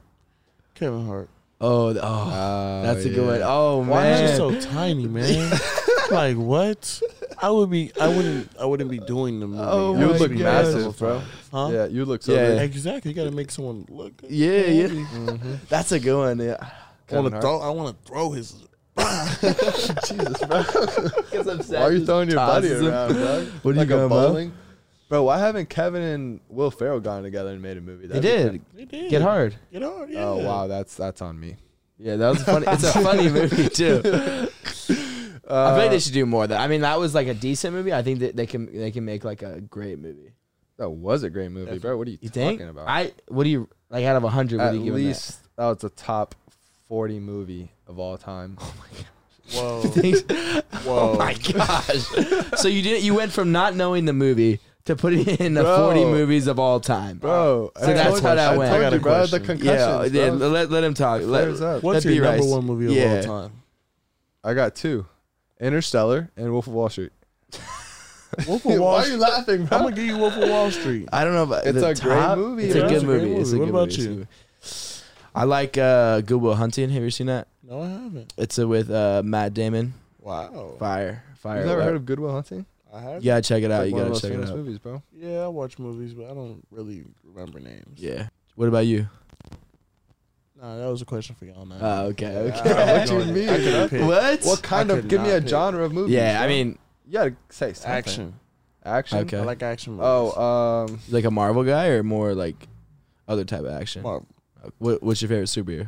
Speaker 1: Kevin Hart.
Speaker 3: Oh, th- oh,
Speaker 2: Ah,
Speaker 3: that's a good one. Oh
Speaker 1: Why
Speaker 3: man.
Speaker 1: is you so tiny, man? like what? I would be. I wouldn't. I wouldn't be doing the movie.
Speaker 3: Oh
Speaker 1: I
Speaker 2: you
Speaker 3: my
Speaker 1: would
Speaker 2: look
Speaker 1: be
Speaker 3: gosh.
Speaker 2: massive, bro.
Speaker 1: Huh?
Speaker 2: Yeah, you look so
Speaker 3: Yeah.
Speaker 2: big.
Speaker 1: Exactly. You got to make someone look. Good.
Speaker 3: yeah, yeah. Mm-hmm. That's a good one. Yeah.
Speaker 1: I want
Speaker 2: Kevin
Speaker 1: to
Speaker 2: Hart.
Speaker 1: throw. I want to throw his.
Speaker 2: Jesus, bro.
Speaker 3: Why
Speaker 2: Why are you throwing your body
Speaker 3: tosses him.
Speaker 2: around, bro?
Speaker 3: What are you
Speaker 2: like
Speaker 3: going,
Speaker 2: a
Speaker 3: bro?
Speaker 2: bowling? Bro, why haven't Kevin and Will Ferrell gone together and made a movie?
Speaker 3: They
Speaker 2: That'd be
Speaker 3: did.
Speaker 1: It did.
Speaker 3: Get hard.
Speaker 1: Get hard.
Speaker 2: kinda-
Speaker 1: Yeah.
Speaker 2: Oh wow, that's that's on me.
Speaker 3: Yeah, that was a funny. it's a funny movie too. Uh, I feel like they should do more. Of that I mean, that was like a decent movie. I think that they can they can make like a great movie.
Speaker 2: That was a great movie, bro. What are you,
Speaker 3: You
Speaker 2: talking
Speaker 3: think?
Speaker 2: about?
Speaker 3: I what do you like out of hundred? What
Speaker 2: At
Speaker 3: do you give
Speaker 2: least that? was a top forty movie of all time.
Speaker 1: Whoa.
Speaker 3: him that?
Speaker 1: Whoa. Oh
Speaker 3: my gosh! so you didn't. You went from not knowing the movie to put it in the
Speaker 2: Bro.
Speaker 3: 40 movies of all time.
Speaker 2: Bro,
Speaker 3: So that's
Speaker 2: told
Speaker 3: how
Speaker 2: you-
Speaker 3: that went.
Speaker 2: I told
Speaker 3: I
Speaker 1: got
Speaker 2: you,
Speaker 1: a
Speaker 2: bro. The
Speaker 1: question.
Speaker 3: Yeah,
Speaker 2: concussions.
Speaker 3: yeah,
Speaker 2: bro.
Speaker 3: let, let him talk. Let,
Speaker 2: flares up.
Speaker 1: What's
Speaker 3: let
Speaker 1: your
Speaker 3: B
Speaker 1: number
Speaker 3: Rice.
Speaker 1: one movie of
Speaker 3: yeah.
Speaker 1: all time?
Speaker 2: I got two: Interstellar and Wolf of Wall Street.
Speaker 1: Wolf of
Speaker 2: Why
Speaker 1: Wall
Speaker 2: are you
Speaker 1: Street.
Speaker 2: laughing,
Speaker 1: I'm
Speaker 2: bro?
Speaker 1: gonna give you Wolf of Wall Street.
Speaker 3: I don't know about
Speaker 2: It's
Speaker 3: the
Speaker 2: a great
Speaker 3: top-
Speaker 2: movie,
Speaker 3: It's a
Speaker 2: bro.
Speaker 3: good
Speaker 2: It's a
Speaker 1: great
Speaker 3: movie. It's a
Speaker 1: movie.
Speaker 3: good
Speaker 1: What
Speaker 3: movie. It's a
Speaker 1: about
Speaker 3: good movie. I like uh, Goodwill Hunting. Have you ever seen that?
Speaker 1: No, I haven't.
Speaker 3: It's uh, with uh, Matt Damon.
Speaker 1: Wow.
Speaker 3: Fire, fire.
Speaker 2: You've never heard of Goodwill Hunting?
Speaker 1: I have.
Speaker 3: You gotta check it out.
Speaker 2: Like
Speaker 3: you
Speaker 2: one of those
Speaker 3: gotta check it
Speaker 2: famous
Speaker 3: out.
Speaker 2: movies, bro.
Speaker 1: Yeah, I watch movies, but I don't really remember names.
Speaker 3: Yeah. What about you?
Speaker 1: Nah, that was a question for y'all. Now.
Speaker 3: Oh, okay, okay.
Speaker 1: Uh, I
Speaker 2: What
Speaker 1: couldn't-
Speaker 2: you mean,
Speaker 1: I couldn't
Speaker 2: bro?
Speaker 1: pick.
Speaker 3: What?
Speaker 2: What kind
Speaker 1: I
Speaker 2: of?
Speaker 1: could
Speaker 2: Give me
Speaker 1: not
Speaker 2: a
Speaker 1: pick.
Speaker 2: genre of movies.
Speaker 3: yeah,
Speaker 2: bro.
Speaker 3: I mean,
Speaker 2: you gotta say something.
Speaker 1: Action. uh,
Speaker 2: Action.
Speaker 3: Okay.
Speaker 1: I like action movies.
Speaker 2: Oh, um,
Speaker 3: like a Marvel guy or more like other type of action.
Speaker 1: Marvel.
Speaker 3: What, what's your favorite superhero?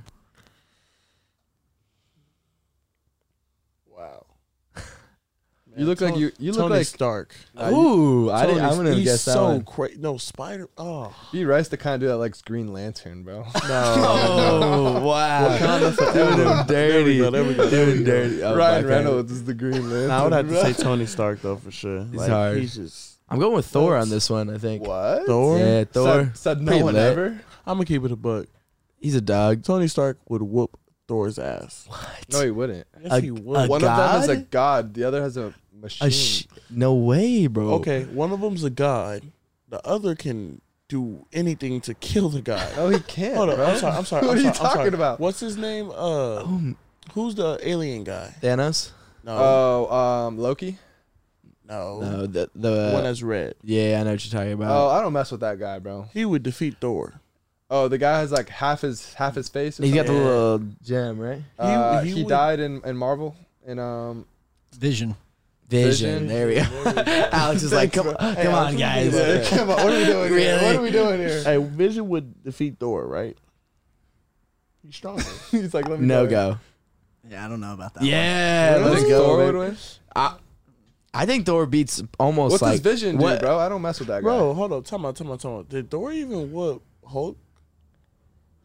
Speaker 1: Wow. Man,
Speaker 2: you look like
Speaker 1: Tony-
Speaker 2: you. You look
Speaker 1: Tony
Speaker 2: like
Speaker 1: Stark.
Speaker 3: Ooh, I didn't.
Speaker 1: Tony-
Speaker 3: I'm gonna
Speaker 1: he's
Speaker 3: guess that
Speaker 1: so
Speaker 3: one.
Speaker 1: crazy. No, Spider. Oh
Speaker 2: B Rice to kind of do that like Green Lantern, bro.
Speaker 1: no.
Speaker 3: Oh wow! Doing him
Speaker 1: There we
Speaker 3: dirty.
Speaker 1: go, there we go, there
Speaker 3: Doing
Speaker 1: we go.
Speaker 3: dirty. Oh,
Speaker 2: Ryan
Speaker 3: okay.
Speaker 2: Reynolds is the Green Lantern.
Speaker 1: I would have to
Speaker 2: bro.
Speaker 1: say Tony Stark though for sure.
Speaker 3: He's
Speaker 1: like,
Speaker 3: hard.
Speaker 1: He's just
Speaker 3: I'm going with Thor on this one. I think.
Speaker 2: what?
Speaker 1: Thor.
Speaker 3: Yeah, Thor.
Speaker 2: Said, said no
Speaker 3: Pretty
Speaker 2: one
Speaker 3: lit.
Speaker 2: ever.
Speaker 1: I'm gonna keep it a buck.
Speaker 3: He's a dog.
Speaker 1: Tony Stark would whoop Thor's ass.
Speaker 2: No, he wouldn't.
Speaker 1: Yes,
Speaker 3: A-
Speaker 1: he
Speaker 3: a
Speaker 1: would.
Speaker 2: one of them is a
Speaker 3: god?
Speaker 2: god. The other has a machine.
Speaker 3: A sh- no way, bro.
Speaker 1: okay, one of them's a god. The other can do anything to kill the god.
Speaker 2: no, he can't.
Speaker 1: Hold on,
Speaker 2: bro.
Speaker 1: I'm sorry. I'm sorry.
Speaker 2: What
Speaker 1: I'm
Speaker 2: are you
Speaker 1: sorry, I'm
Speaker 2: talking
Speaker 1: sorry.
Speaker 2: about?
Speaker 1: What's his name? Uh,
Speaker 3: Um,
Speaker 1: who's the alien guy?
Speaker 3: Thanos.
Speaker 1: No,
Speaker 2: Oh, um, Loki.
Speaker 1: no, uh,
Speaker 3: No, the
Speaker 1: The Oh. one
Speaker 3: the.
Speaker 1: that's red.
Speaker 3: Yeah, I know what you're talking
Speaker 2: Oh,
Speaker 3: about.
Speaker 2: I don't mess with that guy, bro.
Speaker 1: He would defeat Thor.
Speaker 2: Oh, the guy has like half his half his face. Or
Speaker 3: He's got
Speaker 2: something.
Speaker 3: the little gem, right?
Speaker 2: Uh,
Speaker 1: he-
Speaker 2: he
Speaker 1: he would-
Speaker 2: died in, in Marvel. And um,
Speaker 8: Vision.
Speaker 2: Vision.
Speaker 3: Vision. There we go. Alex is like, come, on, come on, guys.
Speaker 2: come on, what are we doing here? What are we doing here?
Speaker 1: Hey, Vision would defeat Thor, right? He's stronger.
Speaker 2: He's like, let me
Speaker 3: No
Speaker 2: go.
Speaker 3: go.
Speaker 8: Yeah, I don't know about that.
Speaker 3: Yeah,
Speaker 2: Really?
Speaker 3: let's
Speaker 2: Think
Speaker 3: go.
Speaker 2: Thor would
Speaker 3: baby.
Speaker 2: win?
Speaker 3: I, I think Thor beats almost
Speaker 2: What's
Speaker 3: like
Speaker 2: his vision,
Speaker 3: what-
Speaker 2: dude, bro? I don't mess with that guy.
Speaker 1: Bro, hold up. Time about, time about, time about. Did Thor even whoop Hulk?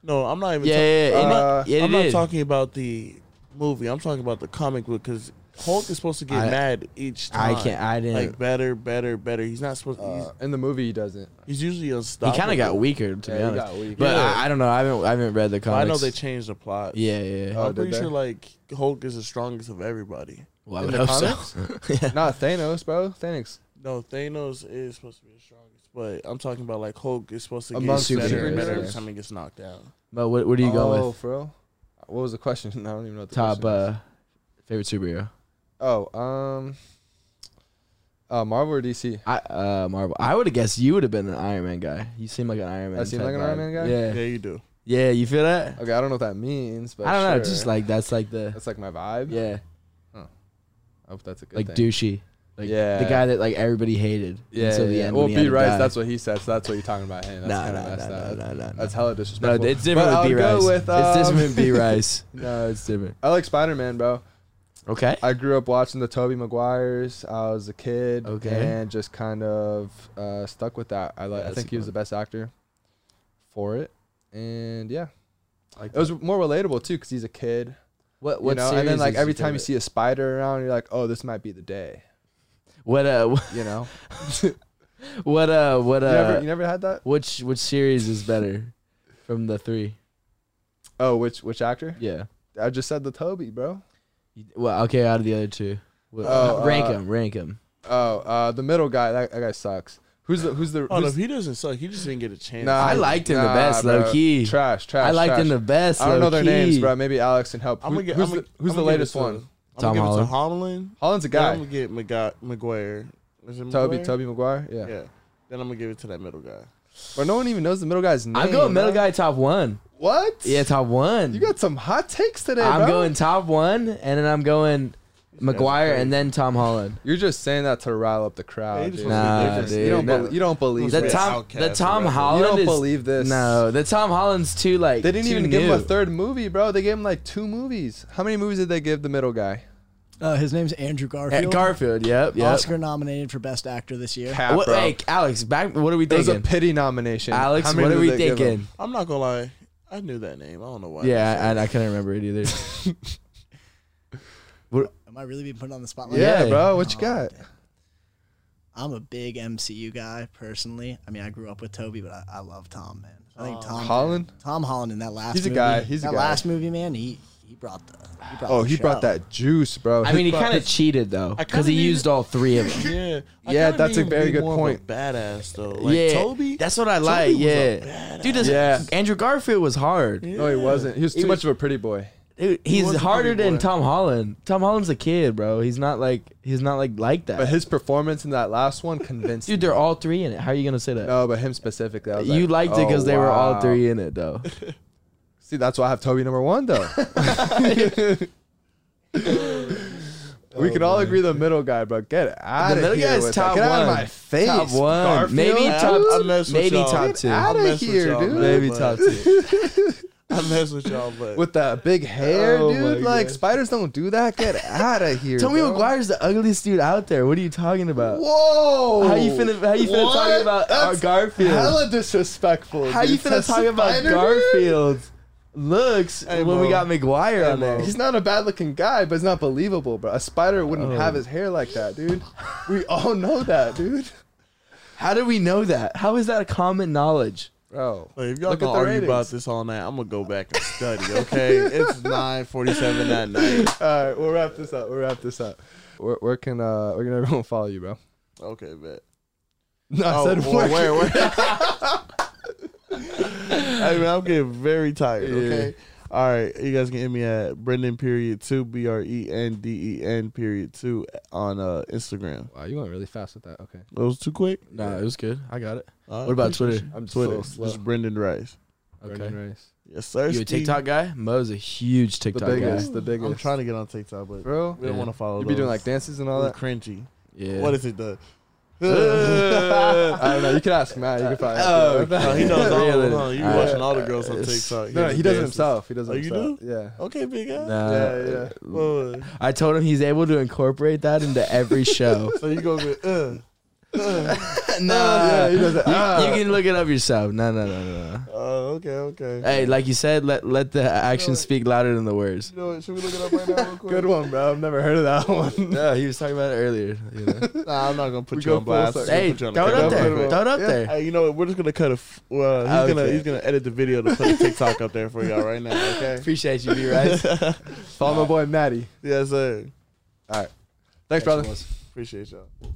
Speaker 1: No, I'm not even.
Speaker 3: Yeah,
Speaker 1: talk-
Speaker 3: yeah, yeah.
Speaker 1: I'm,
Speaker 3: it-
Speaker 1: not,
Speaker 3: yeah, it
Speaker 1: I'm not
Speaker 3: did.
Speaker 1: talking about the movie. I'm talking about the comic book because Hulk is supposed to get
Speaker 3: I-
Speaker 1: mad each
Speaker 3: I
Speaker 1: time.
Speaker 3: can't- I didn't-
Speaker 1: Like better, better, better. He's not supposed. to
Speaker 2: Uh, in the movie, he doesn't.
Speaker 1: he's, he's usually
Speaker 3: He
Speaker 1: unstoppable.
Speaker 3: kind of got weaker, to
Speaker 2: Yeah,
Speaker 3: be
Speaker 2: he
Speaker 3: honest.
Speaker 2: got weak.
Speaker 3: But
Speaker 1: Yeah.
Speaker 3: I, I don't know. I haven't I haven't read the
Speaker 1: But I
Speaker 3: comics.
Speaker 1: know they changed the plot.
Speaker 3: Yeah, yeah. yeah.
Speaker 2: Oh,
Speaker 1: I'm
Speaker 2: did
Speaker 1: pretty
Speaker 2: they?
Speaker 1: sure like Hulk is the strongest of everybody.
Speaker 3: well, I
Speaker 2: in
Speaker 3: would
Speaker 2: the
Speaker 3: hope
Speaker 2: comics?
Speaker 3: so. yeah.
Speaker 2: Not Thanos, bro. Thanos.
Speaker 1: No, Thanos is supposed to be the strongest, but I'm talking about like Hulk is supposed to
Speaker 2: Amongst
Speaker 1: get better,
Speaker 3: superheroes,
Speaker 1: and better every
Speaker 2: yeah.
Speaker 1: time he gets knocked down.
Speaker 3: But what what are you going
Speaker 2: oh,
Speaker 3: with?
Speaker 2: for real? What was the question? I don't even know what the
Speaker 3: Top
Speaker 2: question is.
Speaker 3: uh, favorite superhero.
Speaker 2: Oh, um, uh, Marvel or DC?
Speaker 3: I uh Marvel. I would have guessed you would have been an Iron Man guy. You seem like an Iron Man.
Speaker 2: seem
Speaker 3: type
Speaker 2: like an
Speaker 3: vibe.
Speaker 2: Iron Man guy?
Speaker 1: Yeah,
Speaker 3: Yeah.
Speaker 1: you do.
Speaker 3: Yeah. You feel that?
Speaker 2: Okay, I don't know what that means, but
Speaker 3: I don't know.
Speaker 2: sure.
Speaker 3: Just like that's like the
Speaker 2: that's like my vibe.
Speaker 3: yeah,
Speaker 2: I hope that's a good
Speaker 3: like
Speaker 2: thing.
Speaker 3: douchey. Like
Speaker 2: Yeah.
Speaker 3: the guy that like everybody hated
Speaker 2: Yeah,
Speaker 3: until
Speaker 2: yeah,
Speaker 3: the
Speaker 2: yeah.
Speaker 3: end.
Speaker 2: Well,
Speaker 3: when he had
Speaker 2: B
Speaker 3: to
Speaker 2: Rice,
Speaker 3: die.
Speaker 2: that's what he says. That's what you're talking about him. That's
Speaker 3: Nah,
Speaker 2: kind
Speaker 3: nah,
Speaker 2: of messed
Speaker 3: nah,
Speaker 2: up.
Speaker 3: nah, nah, nah,
Speaker 2: That's
Speaker 3: nah.
Speaker 2: hella disrespectful.
Speaker 3: No, it's different
Speaker 2: but
Speaker 3: with B
Speaker 2: I'll
Speaker 3: Rice.
Speaker 2: go with um,
Speaker 3: it's different with B Rice. No, it's different.
Speaker 2: I like Spider Man, bro.
Speaker 3: Okay.
Speaker 2: I grew up watching the Toby Maguires. uh, I was a kid,
Speaker 3: Okay.
Speaker 2: and just kind of uh, stuck with that. I like. I
Speaker 3: Yeah, that's
Speaker 2: think
Speaker 3: a
Speaker 2: he was
Speaker 3: good
Speaker 2: the best actor for it, and yeah, it was more relatable too because he's a kid.
Speaker 3: What
Speaker 2: You
Speaker 3: what
Speaker 2: know, and then
Speaker 3: series
Speaker 2: like
Speaker 3: is
Speaker 2: every
Speaker 3: your
Speaker 2: time you
Speaker 3: favorite?
Speaker 2: see a spider around, you're like, oh, this might be the day.
Speaker 3: what uh
Speaker 2: You know,
Speaker 3: what uh what uh
Speaker 2: you, never, you never had that.
Speaker 3: which which series is better from the three?
Speaker 2: Oh, which which actor?
Speaker 3: Yeah.
Speaker 2: I just said the Toby, bro.
Speaker 3: Well, okay, out of the other two, what,
Speaker 2: Oh,
Speaker 3: rank
Speaker 2: uh,
Speaker 3: them, rank them.
Speaker 2: Oh, uh, the middle guy. That, that guy sucks. Who's the who's the?
Speaker 1: Oh, no,
Speaker 2: who's,
Speaker 1: he doesn't suck. He just didn't get a chance.
Speaker 2: Nah,
Speaker 3: I liked him the best,
Speaker 2: bro.
Speaker 3: low-key.
Speaker 2: Trash, trash.
Speaker 3: I liked
Speaker 2: trash.
Speaker 3: him the best.
Speaker 2: I don't know their names,
Speaker 3: low-key.
Speaker 2: bro. Maybe Alex can help.
Speaker 1: I'm
Speaker 2: Who-
Speaker 1: gonna get.
Speaker 2: who's
Speaker 1: I'm
Speaker 2: the,
Speaker 1: gonna-
Speaker 2: who's
Speaker 1: I'm gonna give
Speaker 2: the
Speaker 1: it
Speaker 2: latest
Speaker 1: to-
Speaker 2: one?
Speaker 1: I'm
Speaker 3: Tom
Speaker 1: gonna give it to Holland.
Speaker 2: Holland's a
Speaker 1: Then
Speaker 2: guy.
Speaker 1: I'm gonna get McGuire. McGuire. Is it
Speaker 2: Toby,
Speaker 1: Maguire?
Speaker 2: Toby Maguire. Yeah.
Speaker 1: Yeah. Then I'm gonna give it to that middle guy.
Speaker 2: But no one even knows the middle guy's name.
Speaker 3: I'm going middle
Speaker 2: bro.
Speaker 3: guy top one.
Speaker 2: What?
Speaker 3: Yeah, top one.
Speaker 2: You got some hot takes today,
Speaker 3: I'm
Speaker 2: bro.
Speaker 3: going top one, and then I'm going McGuire,
Speaker 1: crazy.
Speaker 3: and then Tom Holland.
Speaker 2: You're just saying that to rile up the
Speaker 1: Yeah, he
Speaker 2: crowd.
Speaker 1: just wants to
Speaker 2: dude.
Speaker 1: be
Speaker 3: Nah,
Speaker 1: different.
Speaker 3: dude.
Speaker 2: You don't.
Speaker 1: No.
Speaker 2: bel- you don't believe
Speaker 1: Who's
Speaker 3: The
Speaker 2: this.
Speaker 1: with
Speaker 3: Tom,
Speaker 1: Outcast
Speaker 3: the
Speaker 1: or
Speaker 3: Tom
Speaker 1: whatever.
Speaker 3: Holland.
Speaker 2: You don't
Speaker 3: is-
Speaker 2: believe this.
Speaker 3: No, the Tom Holland's too like.
Speaker 2: They didn't
Speaker 3: too
Speaker 2: even give him a
Speaker 3: new.
Speaker 2: third movie, bro. They gave him like two movies. How many movies did they give the middle guy?
Speaker 8: Uh, his name's Andrew Garfield.
Speaker 3: At Garfield, yep, yep.
Speaker 8: Oscar nominated for Best Actor this year.
Speaker 2: Cap,
Speaker 3: What,
Speaker 2: Oh, bro.
Speaker 3: hey, Alex, back. What are we
Speaker 2: it was a
Speaker 3: thinking?
Speaker 2: pity nomination.
Speaker 3: Alex,
Speaker 2: How many
Speaker 3: what
Speaker 2: did
Speaker 3: are we
Speaker 2: they give him?
Speaker 3: thinking?
Speaker 1: I'm not gonna lie. I knew that name. I don't know why.
Speaker 3: Yeah, and I couldn't remember it either.
Speaker 8: Am I really being put on the spotlight?
Speaker 2: Yeah,
Speaker 3: Yeah.
Speaker 2: bro. What you got?
Speaker 8: I'm a big MCU guy personally. I mean, I grew up with Toby, but I, I love Tom, man. I think Tom
Speaker 2: Holland?
Speaker 8: Tom Holland in that last
Speaker 2: He's a
Speaker 8: movie,
Speaker 2: guy. He's a
Speaker 8: that
Speaker 2: guy.
Speaker 8: last movie, man. He he brought the he brought
Speaker 2: Oh,
Speaker 8: the
Speaker 2: he brought
Speaker 8: show.
Speaker 2: that juice, bro.
Speaker 3: I mean, he
Speaker 2: brought
Speaker 3: kind of
Speaker 2: his-
Speaker 3: cheated though
Speaker 1: I
Speaker 3: because he
Speaker 1: kinda
Speaker 3: used
Speaker 1: need-
Speaker 3: all three of them.
Speaker 1: Yeah, I
Speaker 2: Yeah,
Speaker 1: kinda
Speaker 2: that's a
Speaker 1: need to
Speaker 2: very
Speaker 1: be
Speaker 2: good
Speaker 1: more
Speaker 2: point.
Speaker 1: Of a badass though, like
Speaker 3: yeah,
Speaker 1: Toby.
Speaker 3: That's what I
Speaker 1: Toby
Speaker 3: like.
Speaker 1: was a
Speaker 3: yeah, dude. This,
Speaker 2: Yeah.
Speaker 3: Andrew Garfield was hard.
Speaker 2: No, he wasn't. He was too
Speaker 3: He
Speaker 2: much of a pretty boy.
Speaker 3: Dude, he's
Speaker 1: was a
Speaker 3: harder
Speaker 1: pretty
Speaker 3: than
Speaker 1: boy.
Speaker 3: Tom Holland. Tom Holland's a kid, bro. He's not like he's not like like that.
Speaker 2: But his performance in that last one convinced
Speaker 3: dude,
Speaker 2: me.
Speaker 3: they're all three in it. How are you gonna say that?
Speaker 2: No, but him specifically. I was
Speaker 3: you
Speaker 2: like,
Speaker 3: liked it because
Speaker 2: oh,
Speaker 3: they were all
Speaker 2: wow.
Speaker 3: three in it, though.
Speaker 2: See, that's why I have Toby number one, though. we could all agree the middle guy, bro. Get out
Speaker 3: The
Speaker 2: of
Speaker 3: middle
Speaker 2: here.
Speaker 3: guy is
Speaker 2: with
Speaker 3: top
Speaker 2: that. Get out of
Speaker 3: one.
Speaker 2: my face.
Speaker 3: Top one.
Speaker 2: Garfield.
Speaker 3: Maybe
Speaker 1: Yeah,
Speaker 3: top-
Speaker 1: I, I mess with
Speaker 3: maybe
Speaker 1: y'all.
Speaker 3: top two.
Speaker 1: I
Speaker 2: Outta
Speaker 1: mess with
Speaker 2: here,
Speaker 1: y'all,
Speaker 2: dude.
Speaker 1: man,
Speaker 3: Maybe
Speaker 1: but-
Speaker 3: top two.
Speaker 1: I mess with y'all, but
Speaker 2: With that big hair,
Speaker 3: Oh
Speaker 2: dude.
Speaker 3: my
Speaker 2: Like,
Speaker 3: God.
Speaker 2: spiders don't do that. Get out of here.
Speaker 3: Tommy
Speaker 2: bro.
Speaker 3: McGuire's the ugliest dude out there. What are you talking about?
Speaker 2: Whoa!
Speaker 3: How you finna- how you finna
Speaker 2: What?
Speaker 3: talk about our
Speaker 2: That's
Speaker 3: Garfield?
Speaker 2: Hella disrespectful.
Speaker 3: How you
Speaker 2: dude.
Speaker 3: finna
Speaker 2: Says
Speaker 3: talk about
Speaker 2: Spider-Man?
Speaker 3: Garfield's looks
Speaker 2: Hey,
Speaker 3: when we
Speaker 2: bro.
Speaker 3: got McGuire on
Speaker 2: Bro,
Speaker 3: there?
Speaker 2: He's not a bad looking guy, but it's not believable, bro. A spider wouldn't
Speaker 3: Oh.
Speaker 2: have his hair like that, dude. We all know that, dude.
Speaker 3: How do we know that? How is that a common knowledge?
Speaker 2: Bro,
Speaker 1: Like, if y'all gonna argue about this all night, I'm gonna go back and study. Okay, it's 9:47 at night.
Speaker 2: All right, we'll wrap this up. We'll wrap this up. Where, where can uh, where can everyone follow you, bro?
Speaker 1: Okay, bet.
Speaker 2: No, I
Speaker 1: Oh,
Speaker 2: said
Speaker 1: well,
Speaker 2: where.
Speaker 1: where, where? I mean, I'm getting very tired. Okay. All right, you guys can hit me at Brendan period two B R E N D E N period two on uh, Instagram.
Speaker 2: Wow, you went really fast with that. Okay.
Speaker 1: That was too quick.
Speaker 3: Nah, it was good. I got it.
Speaker 1: All right,
Speaker 3: What about
Speaker 1: appreciate
Speaker 3: Twitter?
Speaker 1: you.
Speaker 2: I'm
Speaker 1: Twitter,
Speaker 2: so slow.
Speaker 1: just Brendan Rice.
Speaker 2: Brendan Rice.
Speaker 1: Yes, sir.
Speaker 3: You a TikTok guy? Mo's a huge
Speaker 2: The
Speaker 3: TikTok guy.
Speaker 2: biggest. The biggest.
Speaker 1: I'm trying to get on TikTok, but
Speaker 2: Bro,
Speaker 1: we don't
Speaker 3: Yeah.
Speaker 1: want to follow.
Speaker 2: you be doing
Speaker 1: those.
Speaker 2: like dances and all
Speaker 1: It's
Speaker 2: that.
Speaker 1: cringy.
Speaker 3: Yeah.
Speaker 1: What is it? The
Speaker 2: I don't know. You could ask Matt. You
Speaker 1: Oh.
Speaker 2: could probably. Ask him.
Speaker 1: No, he knows all of
Speaker 3: Really?
Speaker 1: them. huh? You be
Speaker 3: Uh,
Speaker 1: watching all the girls on
Speaker 3: uh,
Speaker 1: TikTok.
Speaker 2: No, no, he does it
Speaker 1: Oh. dances.
Speaker 2: himself. He does it
Speaker 1: Oh, you
Speaker 2: himself.
Speaker 1: do? Oh,
Speaker 2: Yeah.
Speaker 1: Okay, big Oh, guy.
Speaker 3: Nah.
Speaker 2: Yeah, yeah.
Speaker 1: Whoa.
Speaker 3: I told him he's able to incorporate that into every show.
Speaker 1: So you go with uh.
Speaker 3: no,
Speaker 2: Oh, yeah, he does it.
Speaker 3: You,
Speaker 2: Ah.
Speaker 3: you can look it up yourself. No, no, no, no, no.
Speaker 1: Oh, okay, okay.
Speaker 3: Hey, like you said, let let the actions speak louder than the words.
Speaker 1: You know what? Should we look it up right now, real quick?
Speaker 2: Good one, bro. I've never heard of that one.
Speaker 3: No, he was talking about it earlier. You know?
Speaker 1: Nah, I'm not gonna put
Speaker 2: We
Speaker 1: you
Speaker 2: go
Speaker 1: on blast.
Speaker 2: full circle.
Speaker 1: I'm
Speaker 3: hey,
Speaker 1: gonna
Speaker 3: throw
Speaker 1: put you
Speaker 3: it
Speaker 1: on the TikTok
Speaker 3: up there.
Speaker 1: real quick.
Speaker 3: Throw it up
Speaker 2: Yeah.
Speaker 3: there.
Speaker 1: Hey, you know what? We're just gonna cut a. F- uh, he's gonna
Speaker 3: Okay.
Speaker 1: he's gonna edit the video to put a TikTok up there for y'all right now. Okay.
Speaker 3: Appreciate you, B Rice.
Speaker 2: Follow my boy Matty.
Speaker 1: Yes, sir.
Speaker 2: Thanks, brother.
Speaker 1: Appreciate y'all.